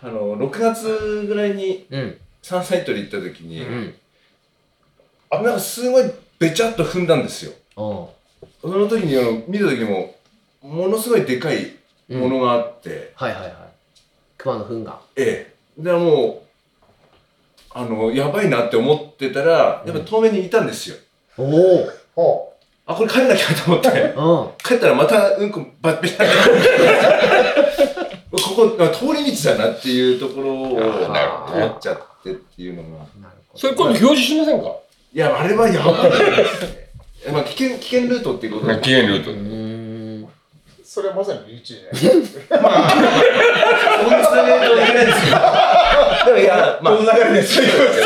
[SPEAKER 5] あの、6月ぐらいに
[SPEAKER 1] り、うん。
[SPEAKER 5] 山菜採り行った時に、
[SPEAKER 1] うん。
[SPEAKER 5] あ、なんかすごいべちゃっと踏んだんですよ。
[SPEAKER 1] お
[SPEAKER 5] その時にあの見た時にもものすごいでかい
[SPEAKER 1] うん
[SPEAKER 5] ものがあって、
[SPEAKER 1] はいはいはい。熊の糞が。
[SPEAKER 5] ええでもうあのやばいなって思ってたらやっぱ遠目にいたんですよ、
[SPEAKER 1] おお。
[SPEAKER 6] ほ
[SPEAKER 5] あこれ帰んなきゃと思って
[SPEAKER 1] うん。
[SPEAKER 5] 帰ったらまたうんこばっぺたここあ通り道だなっていうところを
[SPEAKER 2] あなるほどね
[SPEAKER 5] 通っちゃってっていうのが
[SPEAKER 1] なるほ
[SPEAKER 2] そ
[SPEAKER 1] ど。
[SPEAKER 2] れ今度表示しませんか
[SPEAKER 5] いやあれはやばいですねまあ危険危険ルートっていうことで
[SPEAKER 2] 期限ルー
[SPEAKER 1] う
[SPEAKER 2] ト。
[SPEAKER 1] ーん。
[SPEAKER 6] うそれはまさに身内で。
[SPEAKER 5] 本当にいけないですけどでもいやまあ
[SPEAKER 3] この流れで最後です。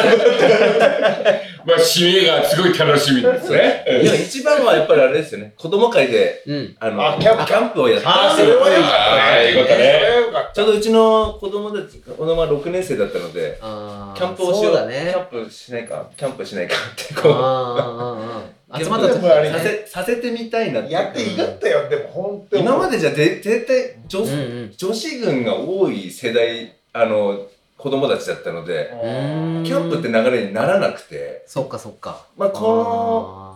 [SPEAKER 2] まあ、締めがすごい楽しみですね。
[SPEAKER 5] いや一番はやっぱりあれですよね子供会で
[SPEAKER 1] うん。
[SPEAKER 5] あの
[SPEAKER 6] あキャンプ
[SPEAKER 5] キャンプをやって
[SPEAKER 6] あーそれはよかった
[SPEAKER 2] あーいいことね
[SPEAKER 6] それはよかっ
[SPEAKER 5] ちょうどうちの子供たち子供は6年生だったので
[SPEAKER 1] あー
[SPEAKER 5] キャンプをしよう
[SPEAKER 1] そうだ
[SPEAKER 5] キャ
[SPEAKER 1] ね。
[SPEAKER 5] ンプしないかキャンプしないかって
[SPEAKER 1] あー
[SPEAKER 5] こ
[SPEAKER 1] あーあー集まっ
[SPEAKER 6] キ
[SPEAKER 1] た
[SPEAKER 6] ャン
[SPEAKER 1] 時
[SPEAKER 6] プあれ
[SPEAKER 5] うさせさせてみたいな
[SPEAKER 6] た。
[SPEAKER 5] って
[SPEAKER 6] やっていかったよ、でも本当に。
[SPEAKER 5] 今までじゃぜ絶対女,、
[SPEAKER 1] うんうん。
[SPEAKER 5] 女子軍が多い世代あの子供たちだったので
[SPEAKER 1] うーん
[SPEAKER 5] キャンプって流れにならなくて、
[SPEAKER 1] そっかそっか。
[SPEAKER 5] まあ、こ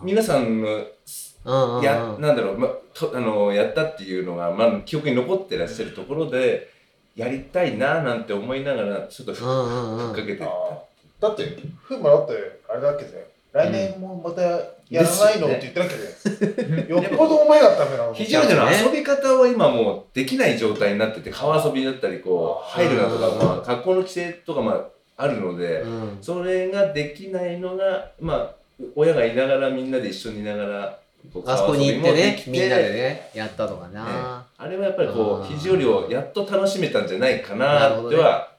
[SPEAKER 5] の
[SPEAKER 1] あー
[SPEAKER 5] 皆さん
[SPEAKER 1] うん
[SPEAKER 5] の
[SPEAKER 1] うんうん。
[SPEAKER 5] やなんだろう、ま、とあのやったっていうのが、まあ、記憶に残ってらっしゃるところでやりたいななんて思いながらちょっとふ
[SPEAKER 1] う
[SPEAKER 5] っ
[SPEAKER 1] んうんうん
[SPEAKER 5] か。けて
[SPEAKER 6] あーだって、ふうまだって、あれだっけで、来年もまたやらないのって言ってなきゃね。よっぽどお前がダメなの。
[SPEAKER 5] 非常時の
[SPEAKER 1] ね
[SPEAKER 5] 遊び方は今もうできない状態になってて川遊びだったりこう
[SPEAKER 6] あー
[SPEAKER 5] 入るなとか、まあ、学校の規制とかまああるので、
[SPEAKER 1] うん
[SPEAKER 5] それができないのがまあ親がいながらみんなで一緒にいながらこう
[SPEAKER 1] あそこに行って
[SPEAKER 5] 川遊びも
[SPEAKER 1] ね
[SPEAKER 5] でき、て
[SPEAKER 1] みんなでね、やったとかな。
[SPEAKER 5] あれはやっぱりこ
[SPEAKER 1] あ
[SPEAKER 5] う
[SPEAKER 1] ー
[SPEAKER 5] 肘折りをやっと楽しめたんじゃないか
[SPEAKER 1] なるほ
[SPEAKER 5] な
[SPEAKER 1] ど
[SPEAKER 5] っ
[SPEAKER 1] ね
[SPEAKER 5] ては、
[SPEAKER 1] うん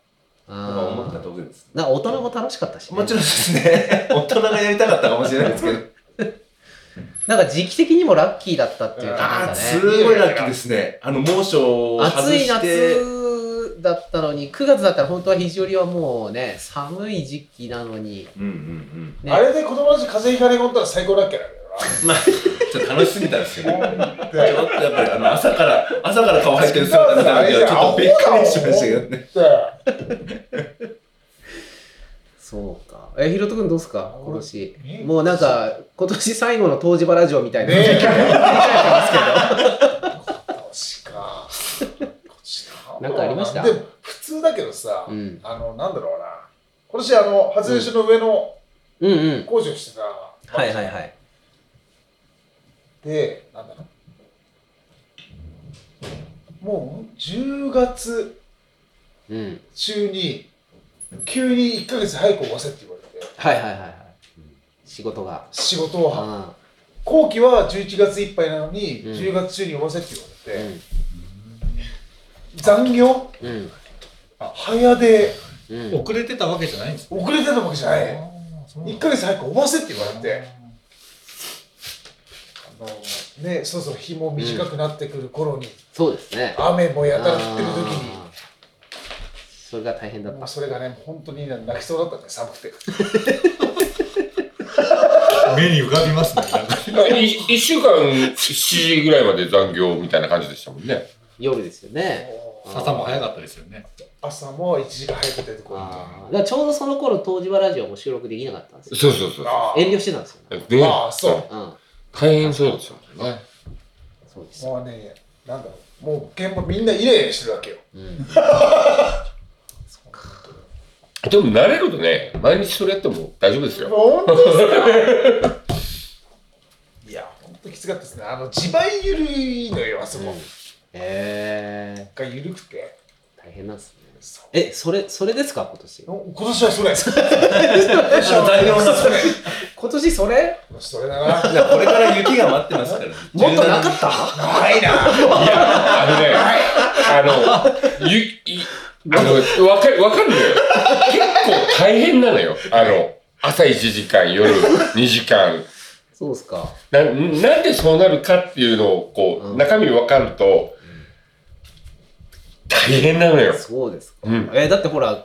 [SPEAKER 5] 僕は思ったところです。
[SPEAKER 1] なんか大人も楽しかったし、ね。
[SPEAKER 5] もちろんで すね大人がやりたかったかもしれないですけど
[SPEAKER 1] なんか時期的にもラッキーだったっていうか、なん
[SPEAKER 5] あ
[SPEAKER 1] か
[SPEAKER 5] あ
[SPEAKER 1] ね。
[SPEAKER 5] すごいラッキーですねあの猛暑を外
[SPEAKER 1] 暑い
[SPEAKER 5] して
[SPEAKER 1] 夏だったのに9月だったら本当は肘折はもうね寒い時期なのに、
[SPEAKER 5] うんうんうん
[SPEAKER 1] ね、
[SPEAKER 6] あれで子供たち風邪ひかれ込んだら最高だっけだけ
[SPEAKER 5] まあ、ちょっと楽しすぎたんですよね。
[SPEAKER 6] どな。
[SPEAKER 5] ちょっとやっぱりあの朝から、朝から顔入ってる姿見たら、ちょっとびっくりしましたけどね。
[SPEAKER 6] で
[SPEAKER 1] そうかえひろとくんどうすか今年
[SPEAKER 6] え
[SPEAKER 1] もうなんか今年最後の東芝ラジオみたいな、
[SPEAKER 6] ねえしか。
[SPEAKER 1] なんかありました
[SPEAKER 6] でも普通だけどさ、
[SPEAKER 1] うん
[SPEAKER 6] あのなんだろうな。今年あの初吉の上の
[SPEAKER 1] うんうん
[SPEAKER 6] 工事をしてた。
[SPEAKER 1] はいはいはい
[SPEAKER 6] で、なんだろう。もう10月
[SPEAKER 1] うん
[SPEAKER 6] 中に急に1ヶ月早く終わせって言われて、
[SPEAKER 1] はいはいはいはい仕事が
[SPEAKER 6] 仕事をは
[SPEAKER 1] あ
[SPEAKER 6] 後期は11月いっぱいなのに、
[SPEAKER 1] うん
[SPEAKER 6] 10月中に終わせって言われて、
[SPEAKER 1] ー
[SPEAKER 6] 残業
[SPEAKER 1] うん
[SPEAKER 6] 早で
[SPEAKER 1] うんうん
[SPEAKER 4] 遅れてたわけじゃないんです
[SPEAKER 6] 遅れてたわけじゃない。1ヶ月早く終わせって言われて、あのね、そろそろ日も短くなってくる頃に、
[SPEAKER 1] そうですね
[SPEAKER 6] 雨もやたら降ってる時に
[SPEAKER 1] あーそれが大変だっ
[SPEAKER 6] まあ、
[SPEAKER 1] た
[SPEAKER 6] それがね、本当に泣きそうだったね、寒くて。
[SPEAKER 4] 目に浮かびますねなんか
[SPEAKER 2] い一週間7時ぐらいまで残業みたいな感じでしたもんね。
[SPEAKER 1] 夜ですよね。
[SPEAKER 6] もう
[SPEAKER 4] 朝も早かったですよね。
[SPEAKER 6] 朝も1時間早く出てこいみたい
[SPEAKER 1] あーだからちょうどその頃、東芝ラジオも収録できなかったんですよ。
[SPEAKER 2] そうそうそう
[SPEAKER 6] な。。あ
[SPEAKER 1] 遠慮してたんですよ、ね。
[SPEAKER 2] で
[SPEAKER 6] ああそ
[SPEAKER 1] うん。
[SPEAKER 2] 大変そうですよね。
[SPEAKER 1] そうです
[SPEAKER 6] あ。もうね、なんだろう。もう現場みんなイライラしてるわけよ。
[SPEAKER 1] うん。
[SPEAKER 2] でも慣れるとね、毎日それやっても大丈夫ですよ。
[SPEAKER 6] 本当ですかいや、本当きつかったですね。あの、地盤緩いのよ、あそこ
[SPEAKER 1] え
[SPEAKER 6] が緩くて。
[SPEAKER 1] ー、大変なんですね。
[SPEAKER 6] そう
[SPEAKER 1] え、それ、それですか、今年。
[SPEAKER 6] お今年はそれ。
[SPEAKER 5] 大量なそれ。
[SPEAKER 1] 今年それ
[SPEAKER 6] それだな。
[SPEAKER 5] これから雪が待ってますから。
[SPEAKER 1] もっとなかった
[SPEAKER 6] ないな。
[SPEAKER 2] あのね、あ の、ゆ、い、あの、わかる、わかるのよ。結構大変なのよ。あの、朝1時間、夜2時間。
[SPEAKER 1] そうですか。
[SPEAKER 2] ななんでそうなるかっていうのを、こう、
[SPEAKER 1] うん
[SPEAKER 2] 中身わかると、大変なのよ。
[SPEAKER 1] そうですか。
[SPEAKER 2] うん
[SPEAKER 1] えーだってほら、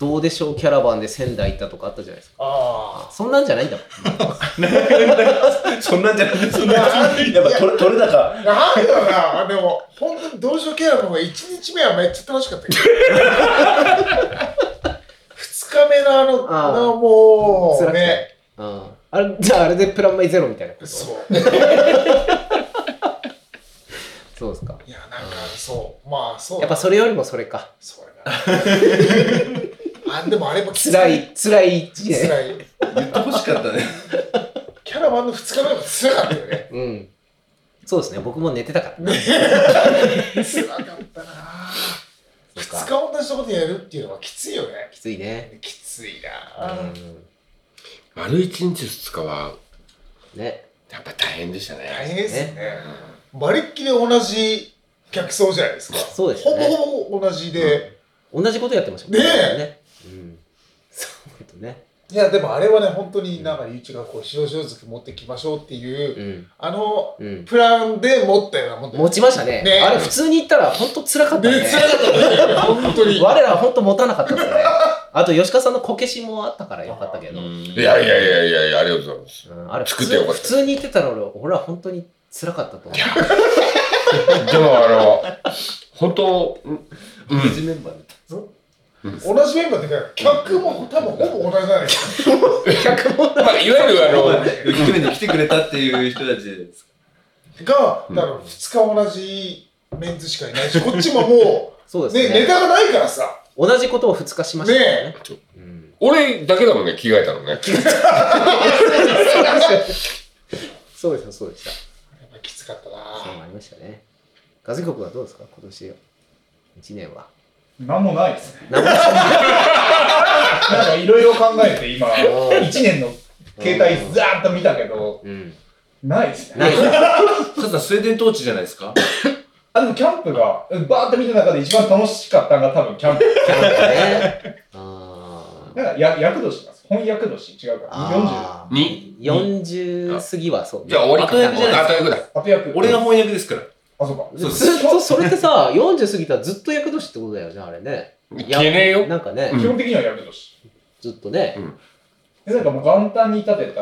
[SPEAKER 1] どうでしょうキャラバンで仙台行ったとかあったじゃないですか。
[SPEAKER 6] あ
[SPEAKER 1] そんなんじゃないんだもん。
[SPEAKER 5] そんなんじゃなくて、そんなんやっぱ取れ取れ高。
[SPEAKER 6] あ。なんだろうな。でも、本当に同情キャラの方が1日目はめっちゃ楽しか ったけど。2日目のあの、
[SPEAKER 1] ああ
[SPEAKER 6] あのも
[SPEAKER 1] 辛
[SPEAKER 6] う
[SPEAKER 1] くて
[SPEAKER 6] ね。
[SPEAKER 1] うん。あれ、じゃああれでプランマイゼロみたいなこと
[SPEAKER 6] そ。
[SPEAKER 1] そううですか。
[SPEAKER 6] いや、なんか、そう。まあ、そう。
[SPEAKER 1] やっぱそれよりもそれか。
[SPEAKER 6] そうやな。あ、 でもあれもきつ
[SPEAKER 1] 辛。い、辛い一
[SPEAKER 6] 辛
[SPEAKER 1] 年。
[SPEAKER 6] い。
[SPEAKER 5] 言ってほしかったね。
[SPEAKER 6] キャラバンの2日目が辛かったよね。
[SPEAKER 1] うん。そうですね、僕も寝てたから。
[SPEAKER 6] 辛かったな。
[SPEAKER 1] そう
[SPEAKER 6] 2日
[SPEAKER 1] か。
[SPEAKER 6] 同じとこでやるっていうのはきついよね。
[SPEAKER 1] きついね。
[SPEAKER 6] きつい
[SPEAKER 1] う
[SPEAKER 6] な。
[SPEAKER 1] ん。
[SPEAKER 2] 丸1日2日は、
[SPEAKER 1] ね。
[SPEAKER 2] やっぱ大変でしたね。
[SPEAKER 6] 大変ですよね。まるっきり同じ客層じゃないですか。
[SPEAKER 1] そうですよね
[SPEAKER 6] ほぼほぼ同じで。
[SPEAKER 1] 同じことやってましたもん
[SPEAKER 6] ねえ
[SPEAKER 1] ね。うん。そういうことね。
[SPEAKER 6] いや、でもあれはね、本当になんか、ゆうちがこう、白々漬け持ってきましょうっていう、
[SPEAKER 1] うん。
[SPEAKER 6] あの、
[SPEAKER 1] うん。
[SPEAKER 6] プランで持ったようなもんだよ
[SPEAKER 1] 持ちましたね。
[SPEAKER 6] ね
[SPEAKER 1] あれ普通に言ったら本当辛かったね。
[SPEAKER 6] ね、辛かったね。本当に。
[SPEAKER 1] 我らは本当持たなかったですね。あと吉川さんのこけしもあったからよかったけど。うん
[SPEAKER 2] いやいやいやいやいや、ありがとうございます。
[SPEAKER 1] あれ普
[SPEAKER 2] 作ってよ
[SPEAKER 1] 通
[SPEAKER 2] かっ
[SPEAKER 1] 普
[SPEAKER 2] た
[SPEAKER 1] 通に言ってたら俺俺は本当に辛かったと思う。
[SPEAKER 2] でもあの、本当、うん
[SPEAKER 5] 同じメンバーで。
[SPEAKER 6] 同じメンバーで、客も多分ほぼ同じなんだよ。
[SPEAKER 2] まあ、いわゆるあの、
[SPEAKER 5] 雪国に来てくれたっていう人たちです。
[SPEAKER 6] が、だから2日同じメンズしかいないし、こっち もも
[SPEAKER 1] そう
[SPEAKER 6] う、
[SPEAKER 1] で
[SPEAKER 6] ね、
[SPEAKER 1] すね
[SPEAKER 6] ネタがないからさ、
[SPEAKER 1] 同じことを2日しましたからね。
[SPEAKER 2] 俺だけだもんね、着替えたのね。
[SPEAKER 1] そうでしたそうでした。
[SPEAKER 6] やっぱきつかった
[SPEAKER 1] そう
[SPEAKER 6] な。
[SPEAKER 1] なりましたね。ガズ局はどうですか今年1年は。
[SPEAKER 7] なんもないですね。
[SPEAKER 1] なんも
[SPEAKER 7] なんかいろいろ考え て今、1年の携帯ザーッと見たけど、
[SPEAKER 1] うん。
[SPEAKER 7] ないですね。
[SPEAKER 1] ない。
[SPEAKER 5] カズさん、スウェーデン統治じゃないですか
[SPEAKER 7] あ、でもキャンプが、バーッと見た中で一番楽しかったのが多分キャンプ。
[SPEAKER 1] ね。あ
[SPEAKER 7] なんかや役年なんです。翻訳年違うから。40。
[SPEAKER 1] あ。
[SPEAKER 2] に
[SPEAKER 1] 40過ぎはそう。
[SPEAKER 2] じゃあ終わりか。
[SPEAKER 5] 後役じゃない
[SPEAKER 2] 後役だ。
[SPEAKER 7] 後役。
[SPEAKER 5] 俺が翻訳ですから。
[SPEAKER 7] あ、そうか。
[SPEAKER 1] ずっとそれってさ、40過ぎたらずっと厄年ってことだよね、あれね。
[SPEAKER 2] 消えねえよ。
[SPEAKER 1] なんかね、
[SPEAKER 2] うん
[SPEAKER 7] 基本的には役年。
[SPEAKER 1] ずっとね。
[SPEAKER 7] で、なんかもう元旦に立てた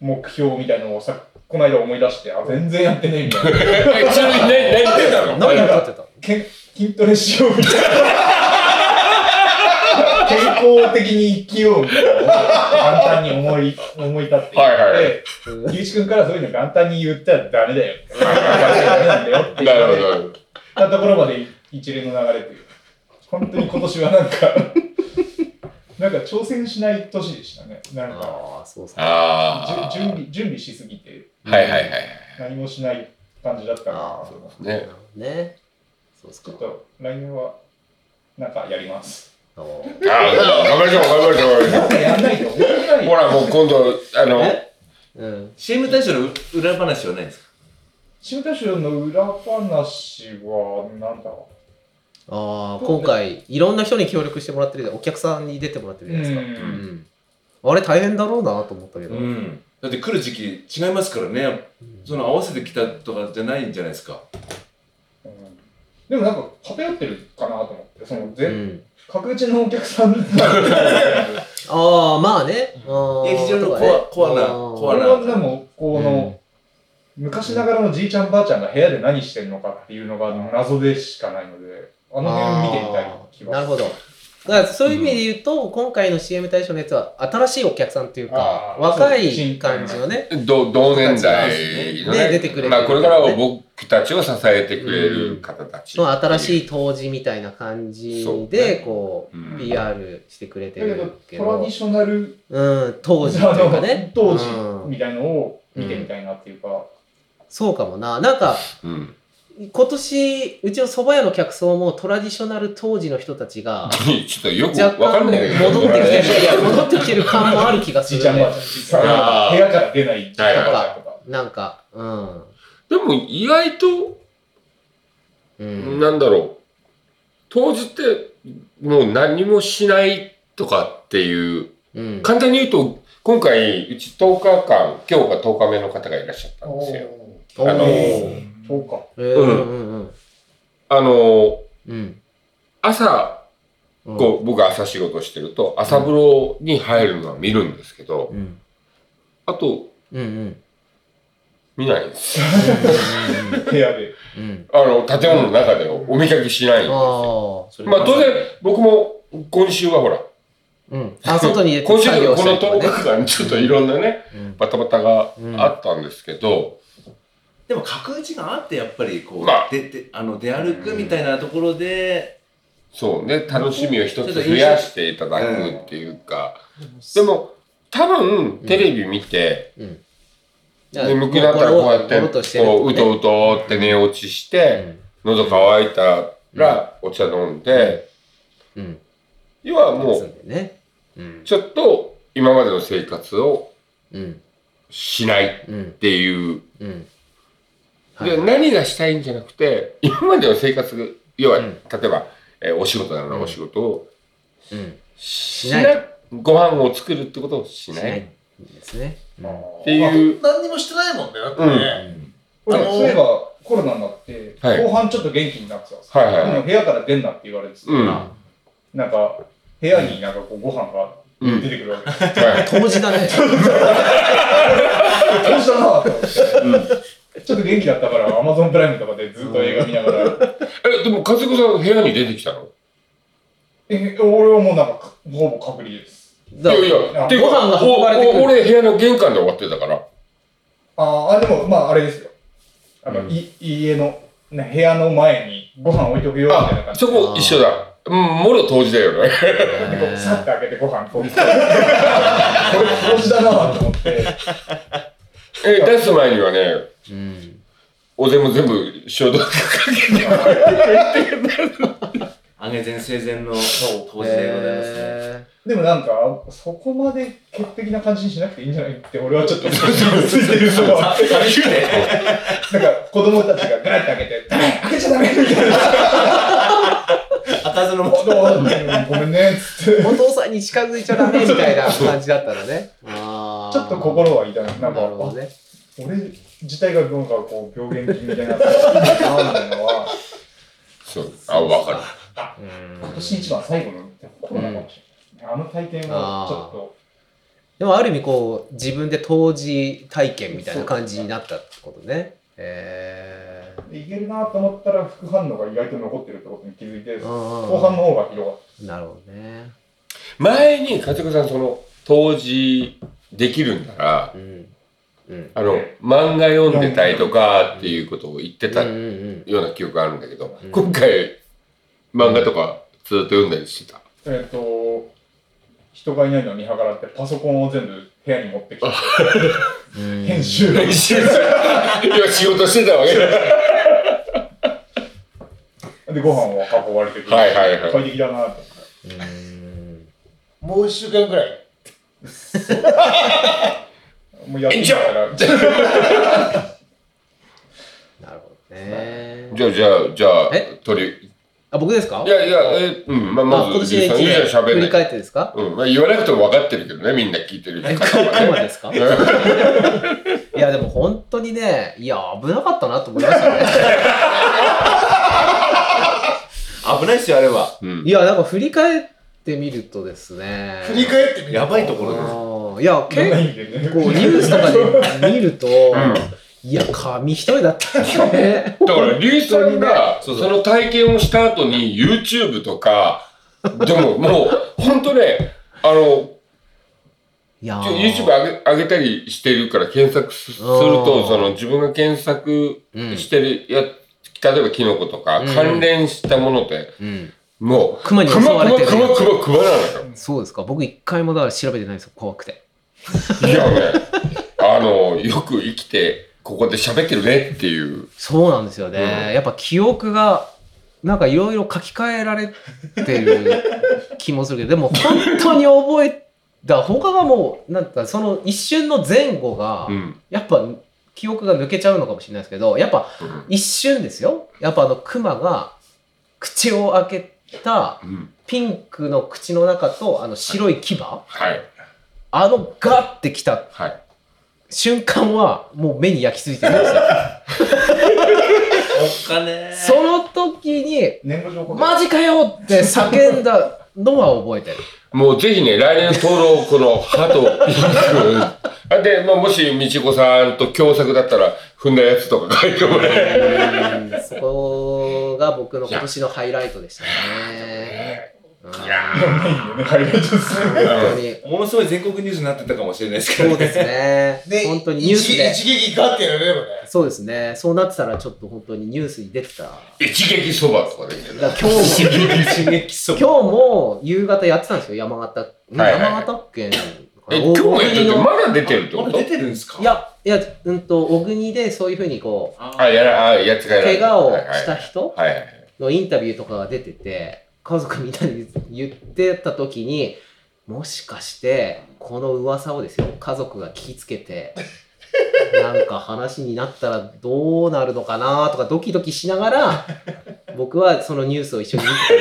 [SPEAKER 7] 目標みたいのをさ、この間思い出して、あ、全然やってねえみたいな。
[SPEAKER 2] えちなみに何、何てたの
[SPEAKER 1] 何やってたの
[SPEAKER 7] け筋トレしようみたいな。健康的に生きようみたいな。簡単に思い、思い立って。
[SPEAKER 2] はいはいはい
[SPEAKER 7] でゆうちくんからそういうの簡単に言ったらダメだよ。ダメなんだよって言
[SPEAKER 2] なる
[SPEAKER 7] わ
[SPEAKER 2] ほ
[SPEAKER 7] れ
[SPEAKER 2] どなるほど。
[SPEAKER 7] たところまで一連の流れという。本当に今年はなんか、なんか挑戦しない年でしたね。なんか、
[SPEAKER 1] ああ、そうさ。
[SPEAKER 2] あ
[SPEAKER 7] じゅ準備、準備しすぎて
[SPEAKER 2] あ。はいはいはいはい。
[SPEAKER 7] 何もしない感じだった
[SPEAKER 1] あ
[SPEAKER 7] な
[SPEAKER 1] ー。
[SPEAKER 2] ね。
[SPEAKER 1] ね。そうっすか
[SPEAKER 7] ちょっ。と来年は、なんかやります。
[SPEAKER 1] あー
[SPEAKER 2] ああ、頑張りましょう、頑張りましょう、頑張りましょ
[SPEAKER 7] やんないと思わな
[SPEAKER 2] う。
[SPEAKER 7] い
[SPEAKER 2] ほ
[SPEAKER 7] よ。
[SPEAKER 2] ら、もう今度、あの、
[SPEAKER 1] えうん。
[SPEAKER 5] CM 大賞の裏話はないですか
[SPEAKER 7] 新歌集の裏話は、なんだろ
[SPEAKER 1] ああ、今回、いろんな人に協力してもらってるじゃんお客さんに出てもらって
[SPEAKER 7] う。
[SPEAKER 1] るじゃないですか。
[SPEAKER 2] う
[SPEAKER 7] うん
[SPEAKER 2] ん
[SPEAKER 1] うん。あれ大変だろうなと思ったけど。
[SPEAKER 5] ん。だって来る時期違いますからね。その合わせてきたとかじゃないんじゃないですか。
[SPEAKER 7] でもなんか偏ってるかなと思って、その
[SPEAKER 1] う
[SPEAKER 7] 全、
[SPEAKER 1] ん。
[SPEAKER 7] 格打ちのお客さんに、
[SPEAKER 1] ああ、まあね。あー
[SPEAKER 5] いや非常に
[SPEAKER 1] そうだ
[SPEAKER 5] コアコアな
[SPEAKER 1] あー
[SPEAKER 5] コア
[SPEAKER 7] 俺
[SPEAKER 5] な
[SPEAKER 7] はでも、この、昔ながらのじいちゃんばあちゃんが部屋で何してるのかっていうのが謎でしかないので、あの辺見てみたい気
[SPEAKER 1] な
[SPEAKER 7] は
[SPEAKER 1] るほど。だからそういう意味で言うと、今回の CM 大賞のやつは新しいお客さんっていうか
[SPEAKER 7] あ、ー
[SPEAKER 1] 若
[SPEAKER 7] そうです
[SPEAKER 1] い
[SPEAKER 7] ね
[SPEAKER 1] 感じのね。
[SPEAKER 2] ど同年代のね
[SPEAKER 1] ね出てくれてる
[SPEAKER 2] まあ、これからは僕たちを支えてくれる方たち、
[SPEAKER 1] その新
[SPEAKER 2] い、
[SPEAKER 1] しい当時みたいな感じ
[SPEAKER 2] そう
[SPEAKER 1] で、こ
[SPEAKER 2] うん
[SPEAKER 1] う、PR してくれて
[SPEAKER 7] だけど
[SPEAKER 1] る、け
[SPEAKER 7] トラデ
[SPEAKER 1] ど
[SPEAKER 7] ィ、ショナル、。
[SPEAKER 1] うん、当時というかね
[SPEAKER 7] 当時
[SPEAKER 1] うん
[SPEAKER 7] みたいのを見てみたいなっていうか、
[SPEAKER 1] そうかもな。なんか、
[SPEAKER 2] うん、
[SPEAKER 1] 今年、うちの蕎麦屋の客層もトラディショナル当時の人たちが、
[SPEAKER 2] ちょっとよく
[SPEAKER 1] 若
[SPEAKER 2] 分か
[SPEAKER 1] 干
[SPEAKER 2] ん
[SPEAKER 1] 戻っ
[SPEAKER 2] ない
[SPEAKER 1] て
[SPEAKER 2] け
[SPEAKER 1] き
[SPEAKER 2] ど
[SPEAKER 1] てる、いや、戻ってきてる感もある気がす
[SPEAKER 7] じい
[SPEAKER 1] る
[SPEAKER 7] ちゃんばあ
[SPEAKER 1] ね
[SPEAKER 7] ち。ゃん、部屋から出ないじいちゃんばあちゃんとか。
[SPEAKER 1] なんか、うん。
[SPEAKER 2] でも意外と、
[SPEAKER 1] うん、
[SPEAKER 2] なんだろう当時ってもう何もしないとかっていう
[SPEAKER 1] うん。
[SPEAKER 2] 簡単に言うと今回うち10日間今日が10日目の方がいらっしゃったんですよ
[SPEAKER 1] おー
[SPEAKER 2] あの
[SPEAKER 7] そうか。
[SPEAKER 1] えーうんうん
[SPEAKER 2] あの
[SPEAKER 1] うん。
[SPEAKER 2] 朝
[SPEAKER 1] うん。
[SPEAKER 2] こう僕朝仕事してると朝風呂に入るのは見るんですけど
[SPEAKER 1] うん。
[SPEAKER 2] あと
[SPEAKER 1] うんうん。
[SPEAKER 2] 見ないんです
[SPEAKER 7] 部屋で。
[SPEAKER 1] うん。
[SPEAKER 2] あの建物の中でお見かけしないん
[SPEAKER 1] あ
[SPEAKER 2] で
[SPEAKER 1] あ
[SPEAKER 2] すよ
[SPEAKER 1] ー。
[SPEAKER 5] それ
[SPEAKER 2] まあ当然僕も今週はほら
[SPEAKER 1] うん。あ、外に出
[SPEAKER 2] 今
[SPEAKER 1] て
[SPEAKER 2] 週
[SPEAKER 1] 作
[SPEAKER 2] の
[SPEAKER 1] 業
[SPEAKER 2] こ
[SPEAKER 1] し
[SPEAKER 2] の
[SPEAKER 1] たりとか
[SPEAKER 2] 10
[SPEAKER 1] ね。
[SPEAKER 2] 日間ちょっといろんなね
[SPEAKER 1] うん
[SPEAKER 2] バタバタがあったんですけど、
[SPEAKER 5] でも角打ちがあってやっぱりこう、
[SPEAKER 2] まあ
[SPEAKER 5] でであの出歩くみたいなところで、
[SPEAKER 2] そうね、楽しみを一つ増やしていただくっていうか、でも多分テレビ見て、眠くなったらこうやって
[SPEAKER 1] ゴロッとしてる
[SPEAKER 2] こううと
[SPEAKER 1] ね
[SPEAKER 2] うとって寝落ちして、喉乾いたらお茶飲んで、
[SPEAKER 1] うんうん
[SPEAKER 2] 要は
[SPEAKER 1] うん
[SPEAKER 2] も
[SPEAKER 1] そううだよねうん
[SPEAKER 2] ちょっと今までの生活を
[SPEAKER 1] うん
[SPEAKER 2] しないっ
[SPEAKER 1] うん
[SPEAKER 2] ていう、
[SPEAKER 1] うんはい
[SPEAKER 2] で何がしたいんじゃなくて今までの生活要は、
[SPEAKER 1] うん
[SPEAKER 2] 例えば、えーお仕事なら
[SPEAKER 1] うん
[SPEAKER 2] お仕事を
[SPEAKER 1] うん
[SPEAKER 2] し
[SPEAKER 1] な
[SPEAKER 2] ないいご飯を作るってことをし
[SPEAKER 1] し
[SPEAKER 2] ない
[SPEAKER 1] な
[SPEAKER 2] っ
[SPEAKER 1] いですねうん
[SPEAKER 2] ていう
[SPEAKER 6] 何にもしてないもんね、だってね。
[SPEAKER 7] 俺
[SPEAKER 6] あのー
[SPEAKER 7] そういえばコロナになって、
[SPEAKER 2] はい
[SPEAKER 7] 後半ちょっと元気になってたんですよ、
[SPEAKER 2] はいはいはい
[SPEAKER 7] でも部屋から出んなって言われてて、
[SPEAKER 2] うん。
[SPEAKER 7] なんか部屋になんかこうご飯が
[SPEAKER 2] うん
[SPEAKER 7] 出てくるわけです、
[SPEAKER 2] はい
[SPEAKER 1] 当時だね
[SPEAKER 7] どうしたなと思ってちょっと元気だったからアマゾンプライムとかでずっと映画見ながら、
[SPEAKER 2] え、でも、かずこさん部屋に出てきたの
[SPEAKER 7] え俺はもうなんかほぼ隔離です
[SPEAKER 2] い
[SPEAKER 1] だ
[SPEAKER 2] やいや、てか
[SPEAKER 1] ご飯が運ばれてくる
[SPEAKER 2] おお俺、部屋の玄関で終わってたから。
[SPEAKER 7] あーあでもまああれですよあの、
[SPEAKER 2] うん
[SPEAKER 7] い家の、ね、部屋の前にご飯置いとくよみたいな
[SPEAKER 2] あ
[SPEAKER 7] 感、じ
[SPEAKER 2] そこ一緒だ。うん、もろ当時だ よね。
[SPEAKER 7] でこうさって開けてご飯こうこれ掃除だなと思って
[SPEAKER 2] え、出す前にはね、
[SPEAKER 1] うん
[SPEAKER 2] お膳も全部消毒かけて。
[SPEAKER 5] 上げ前生前の当時でございますね。
[SPEAKER 1] へ
[SPEAKER 7] でもなんか、そこまで潔癖な感じにしなくていいんじゃないって、俺はちょっと、ついてる のは、なんか子供たちがガラッて開け て、ダメ開けちゃダメみたいな。
[SPEAKER 5] 開かずの
[SPEAKER 7] 子供がごめんね、つって。
[SPEAKER 1] ーお父さんに近づいちゃダメみたいな感じだったのねあ
[SPEAKER 7] ち
[SPEAKER 1] ー
[SPEAKER 7] ょっと心は痛い。なんか、
[SPEAKER 1] なるほど
[SPEAKER 7] あ
[SPEAKER 1] ね
[SPEAKER 7] 俺自体がなんかこう、病原菌みたいな、なんだのは、
[SPEAKER 2] そう。あ、わかる。
[SPEAKER 1] うん
[SPEAKER 7] 今年一番最後のコロナかもしれない。あの体験はちょっと、
[SPEAKER 1] でもある意味こう自分で当時体験みたいな感じになったってことねへえ
[SPEAKER 7] でいけるなと思ったら副反応が意外と残ってるってことに気づいて、後半
[SPEAKER 1] 後
[SPEAKER 7] の方が広がっ
[SPEAKER 1] なるほどね
[SPEAKER 2] 前に、かずこさん、その、当時できるんなら、
[SPEAKER 1] うんうん
[SPEAKER 2] あの、漫画読んでたりとかっていうことを言ってた
[SPEAKER 1] うんう
[SPEAKER 2] よ
[SPEAKER 1] ん
[SPEAKER 2] うな記憶があるんだけど
[SPEAKER 1] うん、
[SPEAKER 2] 今回、漫画とかずっと読んだりしてた。
[SPEAKER 7] えっ、と、人がいないのを見計らって、パソコンを全部部屋に持ってきて、
[SPEAKER 1] うん
[SPEAKER 7] 編集。
[SPEAKER 2] 練習する今仕事してたわけ だ
[SPEAKER 7] で、ご飯を運ばれてくる。
[SPEAKER 2] はいはいはい
[SPEAKER 7] 快適だなと。
[SPEAKER 1] うん
[SPEAKER 6] もう一週間ぐらい。
[SPEAKER 7] もうやってみたら、
[SPEAKER 1] なるほどね
[SPEAKER 2] じゃあ、じゃあ、じゃあ
[SPEAKER 1] え、
[SPEAKER 2] 取り、
[SPEAKER 1] あ僕ですか
[SPEAKER 2] いやいや、え、うん、まあ、
[SPEAKER 1] あ
[SPEAKER 2] まず、
[SPEAKER 1] 今年
[SPEAKER 2] ゆう
[SPEAKER 1] の
[SPEAKER 2] さん
[SPEAKER 1] 一
[SPEAKER 2] ゆう
[SPEAKER 1] 年
[SPEAKER 2] さん喋
[SPEAKER 1] 振
[SPEAKER 2] ん
[SPEAKER 1] り
[SPEAKER 2] ない。
[SPEAKER 1] 返ってですか
[SPEAKER 2] うん、まあ、言わなくても分かってるけどね、みんな聞いてる
[SPEAKER 1] え
[SPEAKER 2] 人
[SPEAKER 1] 今 ですかいやでも本当にねいや危なかったなと思いましたね
[SPEAKER 5] 危ないっすよ、あれは。
[SPEAKER 2] うん
[SPEAKER 1] い。やなんか振り返ってみるとですね
[SPEAKER 6] 振り返ってみる
[SPEAKER 5] やばいところです。
[SPEAKER 1] あーいや
[SPEAKER 7] いろんな
[SPEAKER 1] 結
[SPEAKER 7] 意味でね。
[SPEAKER 1] 構ニュースとかで見ると、
[SPEAKER 2] うん
[SPEAKER 1] いや、紙一重だったんですね。
[SPEAKER 2] だから、リュウさんが、そ
[SPEAKER 5] そ
[SPEAKER 2] う
[SPEAKER 5] そう
[SPEAKER 2] の体験をした後に YouTube とか、でももう、ほんとね、あの、
[SPEAKER 1] いやー
[SPEAKER 2] YouTube 上げ上げたりしてるから検索すする
[SPEAKER 1] あー
[SPEAKER 2] と、その自分が検索
[SPEAKER 1] うん
[SPEAKER 2] してるや、例えばキノコとか
[SPEAKER 1] う、ん
[SPEAKER 2] 関連したもので、
[SPEAKER 1] うん。
[SPEAKER 2] もう、
[SPEAKER 1] 熊に襲
[SPEAKER 2] 熊、
[SPEAKER 1] われ
[SPEAKER 2] 熊、
[SPEAKER 1] てる。
[SPEAKER 2] 熊、熊、熊な のよ。
[SPEAKER 1] そうですか。僕一回もだから調べてないですよ。怖くて。
[SPEAKER 2] いやね、あの、よく生きて、ここで喋ってるねっていう。
[SPEAKER 1] そうなんですよね。やっぱ記憶が、なんかいろいろ書き換えられて る気もするけど、でも本当に覚えた、他がもう、なんかその一瞬の前後が、
[SPEAKER 2] うん。
[SPEAKER 1] やっぱ記憶が抜けちゃうのかもしれないですけど、やっぱ
[SPEAKER 2] うん
[SPEAKER 1] 一瞬ですよ。やっぱあの熊が口を開けた
[SPEAKER 2] うん。
[SPEAKER 1] ピンクの口の中とあの白い牙、
[SPEAKER 2] はい。
[SPEAKER 1] あのガッてきた
[SPEAKER 2] はい。
[SPEAKER 1] 瞬間はもう目に焼き付いてるんですよ。
[SPEAKER 5] おっかねー
[SPEAKER 1] その時に、
[SPEAKER 7] 年賀状こ
[SPEAKER 1] マジかよって叫んだのは覚えてる。
[SPEAKER 2] もうぜひね、来年の登録、この、ハト、ピンク。で、まあ、もし、みちこさんと共作だったら、踏んだやつとか書いてもらえる。
[SPEAKER 1] そこが僕の今年のハイライトでしたね。うん
[SPEAKER 2] いや
[SPEAKER 1] 本当に。
[SPEAKER 5] ものすごい全国ニュースになってたかもしれないですけど
[SPEAKER 1] そう ですね。
[SPEAKER 6] で、
[SPEAKER 1] 本当にニュースで。
[SPEAKER 6] 一撃一撃ガッてやられればね。
[SPEAKER 1] そうですね。そうなってたらちょっと本当にニュースに出てた。だか
[SPEAKER 2] ー一撃そばとかできてる。
[SPEAKER 1] ら今日も、
[SPEAKER 5] 一撃そ
[SPEAKER 1] 今日も夕方やってたんですよ。山形、
[SPEAKER 2] はいはい
[SPEAKER 1] 山形県かな。
[SPEAKER 2] え、今日もやっ
[SPEAKER 1] 大
[SPEAKER 2] てて、
[SPEAKER 1] 国の
[SPEAKER 2] まだ出てるってこ
[SPEAKER 5] まだ出
[SPEAKER 2] と
[SPEAKER 5] てるんですか
[SPEAKER 1] いや、いや、うんと、小国でそういうふうにこう、
[SPEAKER 2] あ、やら、あ、やっつがやられ
[SPEAKER 1] 怪
[SPEAKER 2] る
[SPEAKER 1] 我を
[SPEAKER 2] はいはい
[SPEAKER 1] した人、
[SPEAKER 2] はいはい。
[SPEAKER 1] のインタビューとかが出てて家族みんなに言ってた時にもしかしてこの噂をですよ家族が聞きつけてなんか話になったらどうなるのかなとかドキドキしながら僕はそのニュースを一緒に見てたん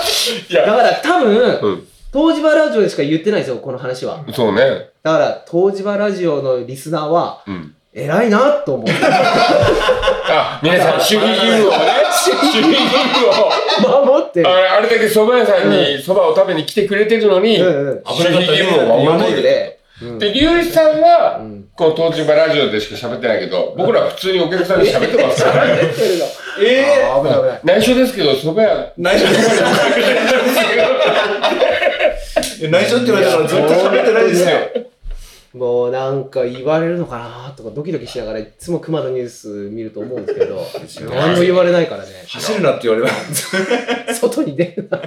[SPEAKER 1] ですけど
[SPEAKER 2] いや
[SPEAKER 1] だから多
[SPEAKER 2] う
[SPEAKER 1] 分
[SPEAKER 2] ん
[SPEAKER 1] 東芝ラジオでしか言ってないですよこの話は
[SPEAKER 2] そうね。
[SPEAKER 1] だから東芝ラジオのリスナーは
[SPEAKER 2] うん。
[SPEAKER 1] 偉いなと思 って
[SPEAKER 2] あ、皆 さん、守秘義務をね。守秘義務を。
[SPEAKER 1] 守ってる
[SPEAKER 2] あれあれだけ蕎麦屋さんに蕎麦を食べに来てくれてるのに、
[SPEAKER 1] う
[SPEAKER 2] 守
[SPEAKER 1] んうん
[SPEAKER 2] 秘義務を守ってる。
[SPEAKER 1] で、うん
[SPEAKER 2] で、龍一さんは、
[SPEAKER 1] うん
[SPEAKER 2] この東芝ラジオでしか喋ってないけど、僕らは普通にお客さんに喋ってますから ね。
[SPEAKER 5] え
[SPEAKER 1] あー危ない危ない
[SPEAKER 2] 内緒ですけど、蕎麦屋、
[SPEAKER 5] ー、内緒 いや内緒って言われたからずっと喋ってないですよ
[SPEAKER 1] もうなんか言われるのかなとかドキドキしながらいつも熊のニュース見ると思うんですけ ど何も言われないからね
[SPEAKER 5] 走るなって言われます
[SPEAKER 1] 外に出るなと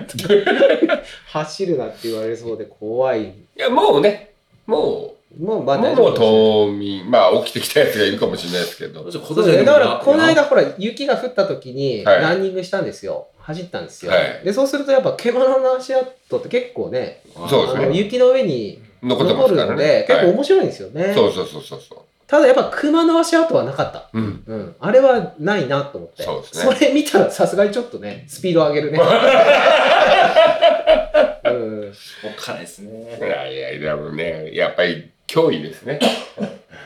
[SPEAKER 1] 走るなって言われそうで怖い
[SPEAKER 2] いや、もうね、も
[SPEAKER 1] もう
[SPEAKER 2] う、
[SPEAKER 1] まあ
[SPEAKER 2] も
[SPEAKER 1] 大丈夫で
[SPEAKER 2] うもう
[SPEAKER 1] す
[SPEAKER 2] 冬眠、まあ起きてきたやつがいるかもしれないですけど。
[SPEAKER 1] そうですねだからこの間ほら雪が降った時に
[SPEAKER 2] はい
[SPEAKER 1] ランニングしたんですよ走ったんですよ、
[SPEAKER 2] はい
[SPEAKER 1] でそうするとやっぱ獣の足跡って結構ね
[SPEAKER 2] そうで
[SPEAKER 1] あ
[SPEAKER 2] す
[SPEAKER 1] の
[SPEAKER 2] ね。
[SPEAKER 1] 雪の上に
[SPEAKER 2] 残ってま
[SPEAKER 1] 残
[SPEAKER 2] す
[SPEAKER 1] る
[SPEAKER 2] から
[SPEAKER 1] ので
[SPEAKER 2] ね。
[SPEAKER 1] 結構
[SPEAKER 2] はい
[SPEAKER 1] 面白いんですよね、
[SPEAKER 2] そうそうそうそうそ
[SPEAKER 1] ただやっぱ熊の足跡はなかった
[SPEAKER 2] う。うん。
[SPEAKER 1] うん、あれはないなと思って。
[SPEAKER 2] そうですね
[SPEAKER 1] それ見たらさすがにちょっとね、スピード上げる ね。うん、
[SPEAKER 5] おっかないですね
[SPEAKER 2] いやいやいや、でもね、やっぱり脅威ですね。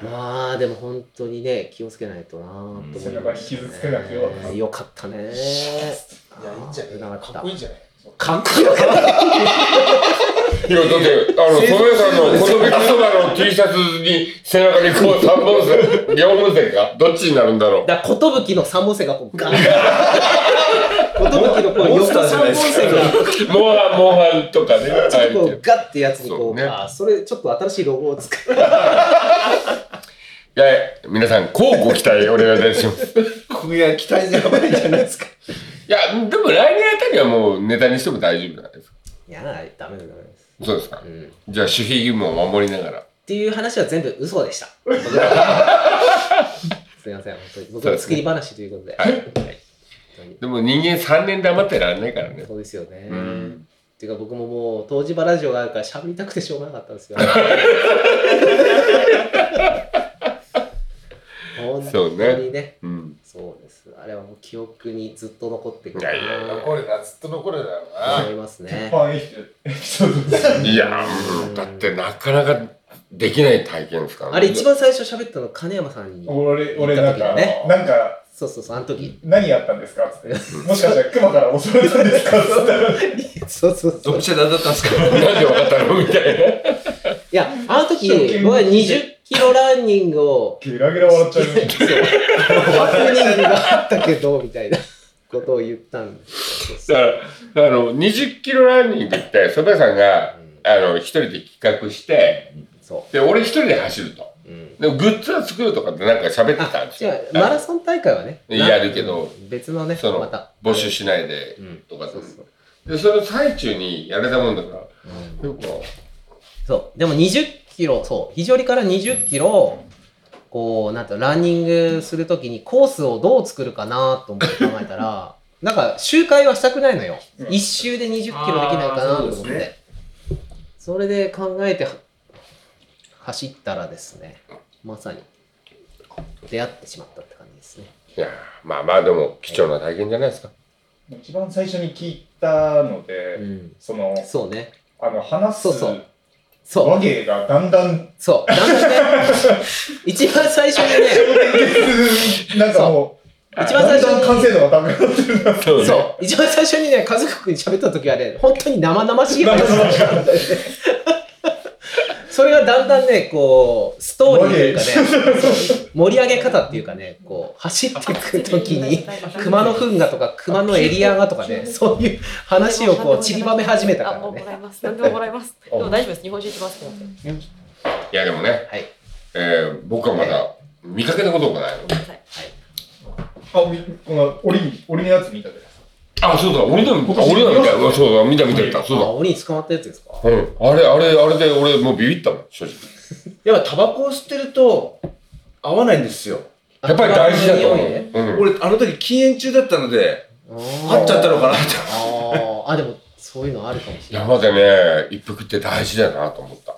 [SPEAKER 1] まあでも本当にね、気をつけないとなと思います、ね。
[SPEAKER 7] 背中に傷つけなくてよかった
[SPEAKER 1] よかったね。いや、い
[SPEAKER 6] いや、いいんじゃない
[SPEAKER 1] 危なかっ
[SPEAKER 6] か
[SPEAKER 1] た
[SPEAKER 6] っこいいんじゃない
[SPEAKER 1] かっこよかった。
[SPEAKER 2] いや、だって、あの、蕎麦屋さんの、このべきそばの T シャツに背中にこう3本線、4本線かどっちになるんだろう。
[SPEAKER 1] だから、寿の三本線がこうガンガン。寿のこう横三本線が。
[SPEAKER 2] モンハン、モンハンと かね。
[SPEAKER 1] こ
[SPEAKER 2] はいう
[SPEAKER 1] ガッてやつに
[SPEAKER 2] そ
[SPEAKER 1] こ
[SPEAKER 2] う
[SPEAKER 1] う、
[SPEAKER 2] ね
[SPEAKER 1] あそれちょっと新しいロゴを使う。
[SPEAKER 2] いや、皆さん、こうご期待お願いいたします。
[SPEAKER 5] ここが期待でやばいんじゃないですか
[SPEAKER 2] いや、でも来年あたりはもうネタにしても大丈夫じゃないですか。
[SPEAKER 1] いやー、ダメだダメです。
[SPEAKER 2] そうですか
[SPEAKER 1] う。ん
[SPEAKER 2] じゃあ、守秘義務を守りながら。
[SPEAKER 1] っていう話は全部嘘 でした。すみません、本当に僕の作り話ということで。
[SPEAKER 2] はい
[SPEAKER 1] はい本
[SPEAKER 2] でも人間3年黙ってらんないから
[SPEAKER 1] 当に
[SPEAKER 2] ね。
[SPEAKER 1] そうですよね。
[SPEAKER 2] う
[SPEAKER 1] っ
[SPEAKER 2] ん。
[SPEAKER 1] ていうか僕ももう東芝ラジオがあるから喋りたくてしょうがなかったんですよ。本当に
[SPEAKER 2] そう
[SPEAKER 1] ね。
[SPEAKER 2] うん。
[SPEAKER 1] そうです。あれはもう記憶にずっと残ってく
[SPEAKER 2] い
[SPEAKER 1] る
[SPEAKER 2] やいやい
[SPEAKER 1] な
[SPEAKER 6] 残るな、ずっと残るだろう
[SPEAKER 1] と
[SPEAKER 6] な。
[SPEAKER 1] 思いますね
[SPEAKER 7] フ。ァンエピソードです。
[SPEAKER 2] いや、うんだってなかなかできない体験ですからね。
[SPEAKER 1] あれ一番最初喋ったの金山さんに。
[SPEAKER 7] 俺、俺なんか、
[SPEAKER 1] ね
[SPEAKER 7] なんか、
[SPEAKER 1] そうそうそう、あの時。
[SPEAKER 7] 何やったんですかつって。もしかしたら熊から襲われたんですかつったら。
[SPEAKER 1] そうそうそう
[SPEAKER 5] どっ。ちだったんですか
[SPEAKER 2] なんでわかったのみたいな。
[SPEAKER 1] いや、あの時、
[SPEAKER 7] 初見
[SPEAKER 1] 僕は20ヒロランニングを
[SPEAKER 7] ゲラゲラ笑っちゃうよ。
[SPEAKER 1] ハプニングがあったけどみたいなことを言ったんです
[SPEAKER 2] だから、あの、20キロランニングって、蕎麦屋さんが、あの、一人で企画して、
[SPEAKER 1] そ
[SPEAKER 2] で、俺一人で走ると。
[SPEAKER 1] う、うん、
[SPEAKER 2] でも、グッズは作るとかってなんか喋ってたん
[SPEAKER 1] あ
[SPEAKER 2] です
[SPEAKER 1] 違
[SPEAKER 2] よ。
[SPEAKER 1] うマラソン大会はね
[SPEAKER 2] やるけど
[SPEAKER 1] 別のね
[SPEAKER 2] その
[SPEAKER 1] また
[SPEAKER 2] 募集しないで
[SPEAKER 1] うん、
[SPEAKER 2] とかって
[SPEAKER 1] そうそう
[SPEAKER 2] で、その最中にやれたもんだから、よく、
[SPEAKER 1] そう。でも20キロ、そう。非常にから20キロ、こう、なんていうのランニングするときにコースをどう作るかなと思って考えたら、 なんか周回はしたくないのよ。一周で20キロできないかなと思って。
[SPEAKER 5] あーそ
[SPEAKER 1] そう
[SPEAKER 5] です
[SPEAKER 1] れで考えては走ったらですね、まさに出会ってしまったって感じですね。
[SPEAKER 2] いやーまあまあ、でも、貴重な体験じゃないですか。
[SPEAKER 7] 一番最初に聞いたので、
[SPEAKER 1] ん。
[SPEAKER 7] その、
[SPEAKER 1] そうね。
[SPEAKER 7] あの、話す
[SPEAKER 1] そうそうそ
[SPEAKER 7] 和
[SPEAKER 1] う。
[SPEAKER 7] 芸がだんだん、
[SPEAKER 1] そう。だんだんね、一番最初にね、
[SPEAKER 7] なんかもう、
[SPEAKER 1] 一番最初
[SPEAKER 7] だんだん
[SPEAKER 1] に。
[SPEAKER 7] 完成度が高くなってるな。
[SPEAKER 2] そ う
[SPEAKER 1] そう、一番最初にね、和く君に喋った時はね、本当に生々しい話だったんだよね。それがだんだんね、こう、ストーリーというかね、そう盛り上げ方っていうかね、こう、走ってく時に、熊の糞がとか、熊のエリアがとかね、そういう話をこう、散りばめ始めたか
[SPEAKER 8] あ、も
[SPEAKER 1] ら
[SPEAKER 8] うも
[SPEAKER 1] ね。
[SPEAKER 8] らいます。何でももら います。でも大丈夫です。日本酒一番好きなん
[SPEAKER 2] い
[SPEAKER 8] で。
[SPEAKER 2] や、でもね、
[SPEAKER 1] はい。
[SPEAKER 2] えー僕はまだ見かけたことがないの。
[SPEAKER 8] ごめんなさい。
[SPEAKER 7] あ、みこの、檻、檻のやつ見たで。
[SPEAKER 2] あ、そうだ、俺でも、あ俺だみたい。うわそうだ、見た見た見た。
[SPEAKER 1] あ、
[SPEAKER 2] そうだ。
[SPEAKER 1] 鬼に捕まったやつですか
[SPEAKER 2] うん、あれ、あれ、あれで俺もうビビったもん、正直。
[SPEAKER 5] やっぱタバコを吸ってると合わないんですよ
[SPEAKER 2] やっぱり大事だと思う。うん。
[SPEAKER 5] 俺あの時禁煙中だったので
[SPEAKER 1] あ
[SPEAKER 5] 合っちゃったのかなって
[SPEAKER 1] あーあ、でも、そういうのあるかもしれない。
[SPEAKER 2] 山でね、一服って大事だなと思った。
[SPEAKER 1] あー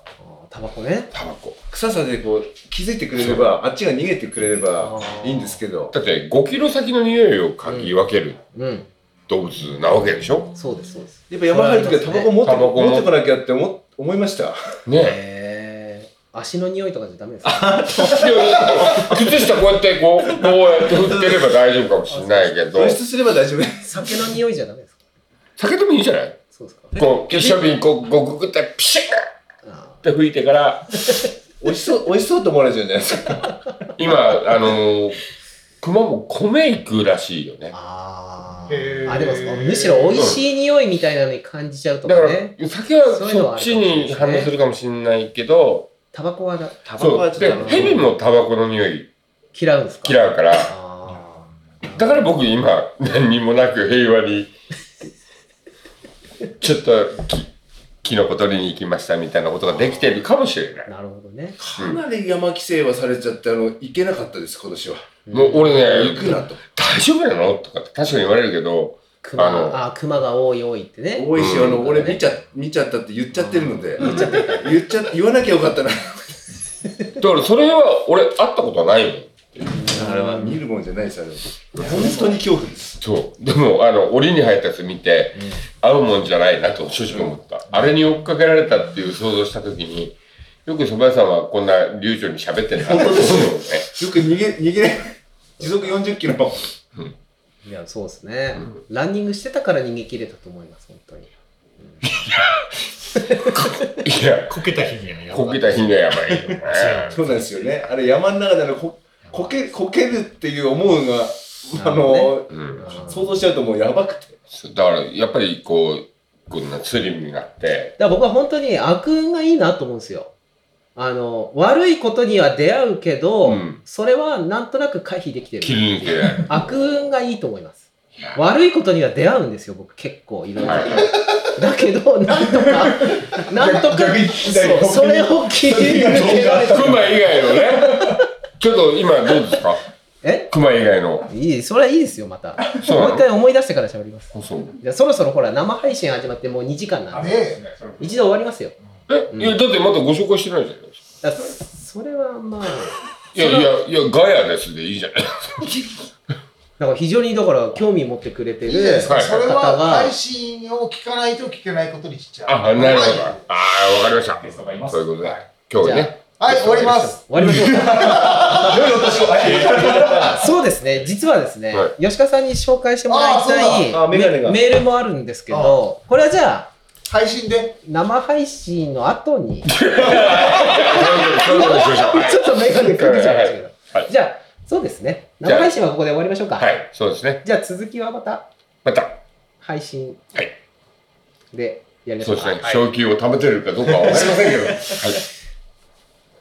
[SPEAKER 1] タバコね。
[SPEAKER 2] タバコ。
[SPEAKER 5] 臭さでこう気づいてくれればあっちが逃げてくれれば
[SPEAKER 1] あー
[SPEAKER 5] いいんですけど
[SPEAKER 2] だって5キロ先の匂いを嗅ぎ分ける
[SPEAKER 1] うん、
[SPEAKER 2] 動物なわけでしょ
[SPEAKER 1] そうです、そうです。
[SPEAKER 5] やっぱ山入る時はタバコ持って
[SPEAKER 2] タバコも
[SPEAKER 5] 持ってこなきゃって思思いました
[SPEAKER 2] ね
[SPEAKER 1] へー足の匂いとかじゃダメですか
[SPEAKER 2] いやいや 靴下こうやってこう、こうやって振ってれば大丈夫かもしれないけど
[SPEAKER 5] 露、出すれば大丈夫
[SPEAKER 1] 酒の匂いじゃダメですか
[SPEAKER 2] 酒でもいいじゃない
[SPEAKER 1] そうですか
[SPEAKER 2] こう、一緒にこう、ゴクグってピシッっ
[SPEAKER 1] あ
[SPEAKER 2] て吹いてから、
[SPEAKER 5] 美味しそう美味しそうと思われちゃうじゃないですか
[SPEAKER 2] 今、あのー、熊も米行くらしいよね
[SPEAKER 1] ー。あ
[SPEAKER 3] へ
[SPEAKER 1] ー
[SPEAKER 3] ー
[SPEAKER 1] あでもそのむしろ美味しい匂いみたいなのに感じちゃうと
[SPEAKER 2] だか
[SPEAKER 1] からね、
[SPEAKER 2] 酒はそっちに反応するかもしれないけど、
[SPEAKER 1] タバコはな
[SPEAKER 5] タバコ
[SPEAKER 2] そ
[SPEAKER 5] は
[SPEAKER 2] う。
[SPEAKER 5] ち
[SPEAKER 2] で
[SPEAKER 5] ょっとあ、の
[SPEAKER 2] 蛇もタバコの匂い
[SPEAKER 1] 嫌うんですか
[SPEAKER 2] 嫌うから、
[SPEAKER 1] あ
[SPEAKER 2] だから僕今、何にもなく平和に、ちょっとき、キノコ取りに行きましたみたいなことができてるかもしれない
[SPEAKER 1] ー。なるほどね
[SPEAKER 5] かなり山規制はされちゃってあの行けなかったです今年は
[SPEAKER 2] もう俺
[SPEAKER 5] 行く
[SPEAKER 2] ね、
[SPEAKER 5] なと
[SPEAKER 2] 大丈夫なのとかって確かに言われるけど、
[SPEAKER 1] 熊
[SPEAKER 2] あの
[SPEAKER 1] あー熊が多い多いってね
[SPEAKER 5] 多いし、
[SPEAKER 2] うん
[SPEAKER 5] あの俺見ちゃ見ちゃったって言っちゃってるので言っちゃった言わなきゃよかったな
[SPEAKER 2] だからそれは俺会ったことはないもん。
[SPEAKER 5] あれは見るもんじゃないですあれは本当に恐怖です
[SPEAKER 2] そう。でも、あの、檻に入ったやつ見て、合うもんじゃないなと正直思った。あれに追っかけられたっていう想像したときに、よく蕎麦屋さんはこんな流暢に喋ってるなと思う よね。
[SPEAKER 5] よく逃げ逃げない時速40キロの
[SPEAKER 1] いやそうですね、ランニングしてたから逃げ切れたと思います本当に
[SPEAKER 2] いや、
[SPEAKER 4] こけた日にはやば
[SPEAKER 2] こ
[SPEAKER 4] い
[SPEAKER 2] けた日がやばいよ ね。
[SPEAKER 5] そうなんですよねあれ山の中であのここけこけるっていう思うのがあ
[SPEAKER 1] なるほ
[SPEAKER 5] の、
[SPEAKER 2] うん。
[SPEAKER 1] あー
[SPEAKER 5] 想像しちゃうともうやばくて
[SPEAKER 2] そうだから、やっぱりこう、こんなスリムになって、
[SPEAKER 1] だから僕は本当に悪運がいいなと思うんですよ。あの、悪いことには出会うけど、
[SPEAKER 2] うん
[SPEAKER 1] それはなんとなく回避できて
[SPEAKER 2] 切
[SPEAKER 1] る。
[SPEAKER 2] り抜けない。
[SPEAKER 1] 悪運がいいと思います。悪いことには出会うんですよ、僕結構いろいろ。だけど、なんとか、なんとか、
[SPEAKER 7] 逆に聞きたい
[SPEAKER 1] そうそれを切り抜けられた。
[SPEAKER 2] 熊以外のね、 ちょっと今どうですか
[SPEAKER 1] え
[SPEAKER 2] 熊以外の。
[SPEAKER 1] いい、それはいいですよ、また。
[SPEAKER 2] そう
[SPEAKER 1] もう
[SPEAKER 2] なの
[SPEAKER 1] 一回思い出してから喋ります。
[SPEAKER 2] そう。
[SPEAKER 1] じゃあそろそろほら、生配信始まってもう2時間なんで、
[SPEAKER 3] え
[SPEAKER 1] 一度終わりますよ。
[SPEAKER 2] え、いや、だってまだご紹介してないじゃないですか。
[SPEAKER 1] だからそれはまあ。
[SPEAKER 2] いやいや、いや、ガヤですでいいじゃない。
[SPEAKER 1] なんか非常にだから興味持ってくれて
[SPEAKER 3] い
[SPEAKER 1] る
[SPEAKER 3] いじゃないですか。
[SPEAKER 2] はい
[SPEAKER 3] それ
[SPEAKER 1] 方
[SPEAKER 3] は
[SPEAKER 1] が
[SPEAKER 3] 配信を聞かないと聞けないことにしちゃう。
[SPEAKER 2] あ、 なるほど。
[SPEAKER 3] は
[SPEAKER 2] ああ、わかりました。そういうことで、今日ね。
[SPEAKER 3] い、はい終わります。
[SPEAKER 1] 終わりましょうか。 そうですね、実はですね、
[SPEAKER 2] は
[SPEAKER 1] 吉川さんに紹介してもらい
[SPEAKER 3] あーそう
[SPEAKER 1] たい
[SPEAKER 5] だあーメガネが
[SPEAKER 1] メメールもあるんですけど、これはじゃあ、
[SPEAKER 6] 配信で。
[SPEAKER 1] 生配信の後 に、
[SPEAKER 2] そういうことにしましょう。はい
[SPEAKER 1] ちょっとメガネかけちゃいましたけど。
[SPEAKER 2] はい
[SPEAKER 1] じゃあ、そうですね。
[SPEAKER 2] じ
[SPEAKER 1] 生
[SPEAKER 2] ゃあ
[SPEAKER 1] 配信はここで終わりましょうか。
[SPEAKER 2] はい、そうですね。
[SPEAKER 1] じゃあ続きはまた
[SPEAKER 2] また、
[SPEAKER 1] 配信
[SPEAKER 2] はい
[SPEAKER 1] でやりまし
[SPEAKER 2] そ
[SPEAKER 1] ょ
[SPEAKER 2] う
[SPEAKER 1] う
[SPEAKER 2] で
[SPEAKER 1] か。
[SPEAKER 2] すね。昇給を貯めてるかどうかはわかりませ んけど。はい。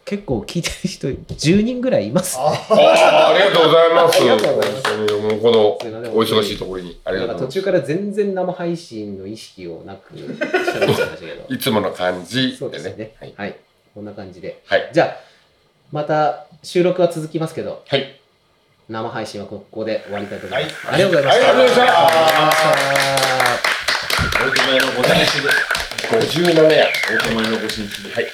[SPEAKER 1] 結構聞いてる人10人ぐらいいます。
[SPEAKER 2] ああ、ありがとうございます。
[SPEAKER 1] ありがとうございます
[SPEAKER 2] 本当にもうこ
[SPEAKER 1] すいませ
[SPEAKER 2] の
[SPEAKER 1] ん
[SPEAKER 2] お忙しいところにあり
[SPEAKER 1] な
[SPEAKER 2] が
[SPEAKER 1] んか
[SPEAKER 2] と
[SPEAKER 1] 途
[SPEAKER 2] うございます。。
[SPEAKER 1] 中から全然生配信の意識をなく喋ってましたけど
[SPEAKER 2] いつもの感じ
[SPEAKER 1] そうで
[SPEAKER 2] ですね
[SPEAKER 1] ね。。
[SPEAKER 2] はい。
[SPEAKER 1] はい。こんな感じで。
[SPEAKER 2] はい。
[SPEAKER 1] じゃあ、また収録は続きますけど、
[SPEAKER 2] はい。
[SPEAKER 1] 生配信はここで終わりたいと思います。ありがとうございまし
[SPEAKER 2] ありがとうございました。
[SPEAKER 1] た。
[SPEAKER 5] お手前のご親戚で
[SPEAKER 2] 57や。
[SPEAKER 5] お手前のご親戚で
[SPEAKER 2] はい。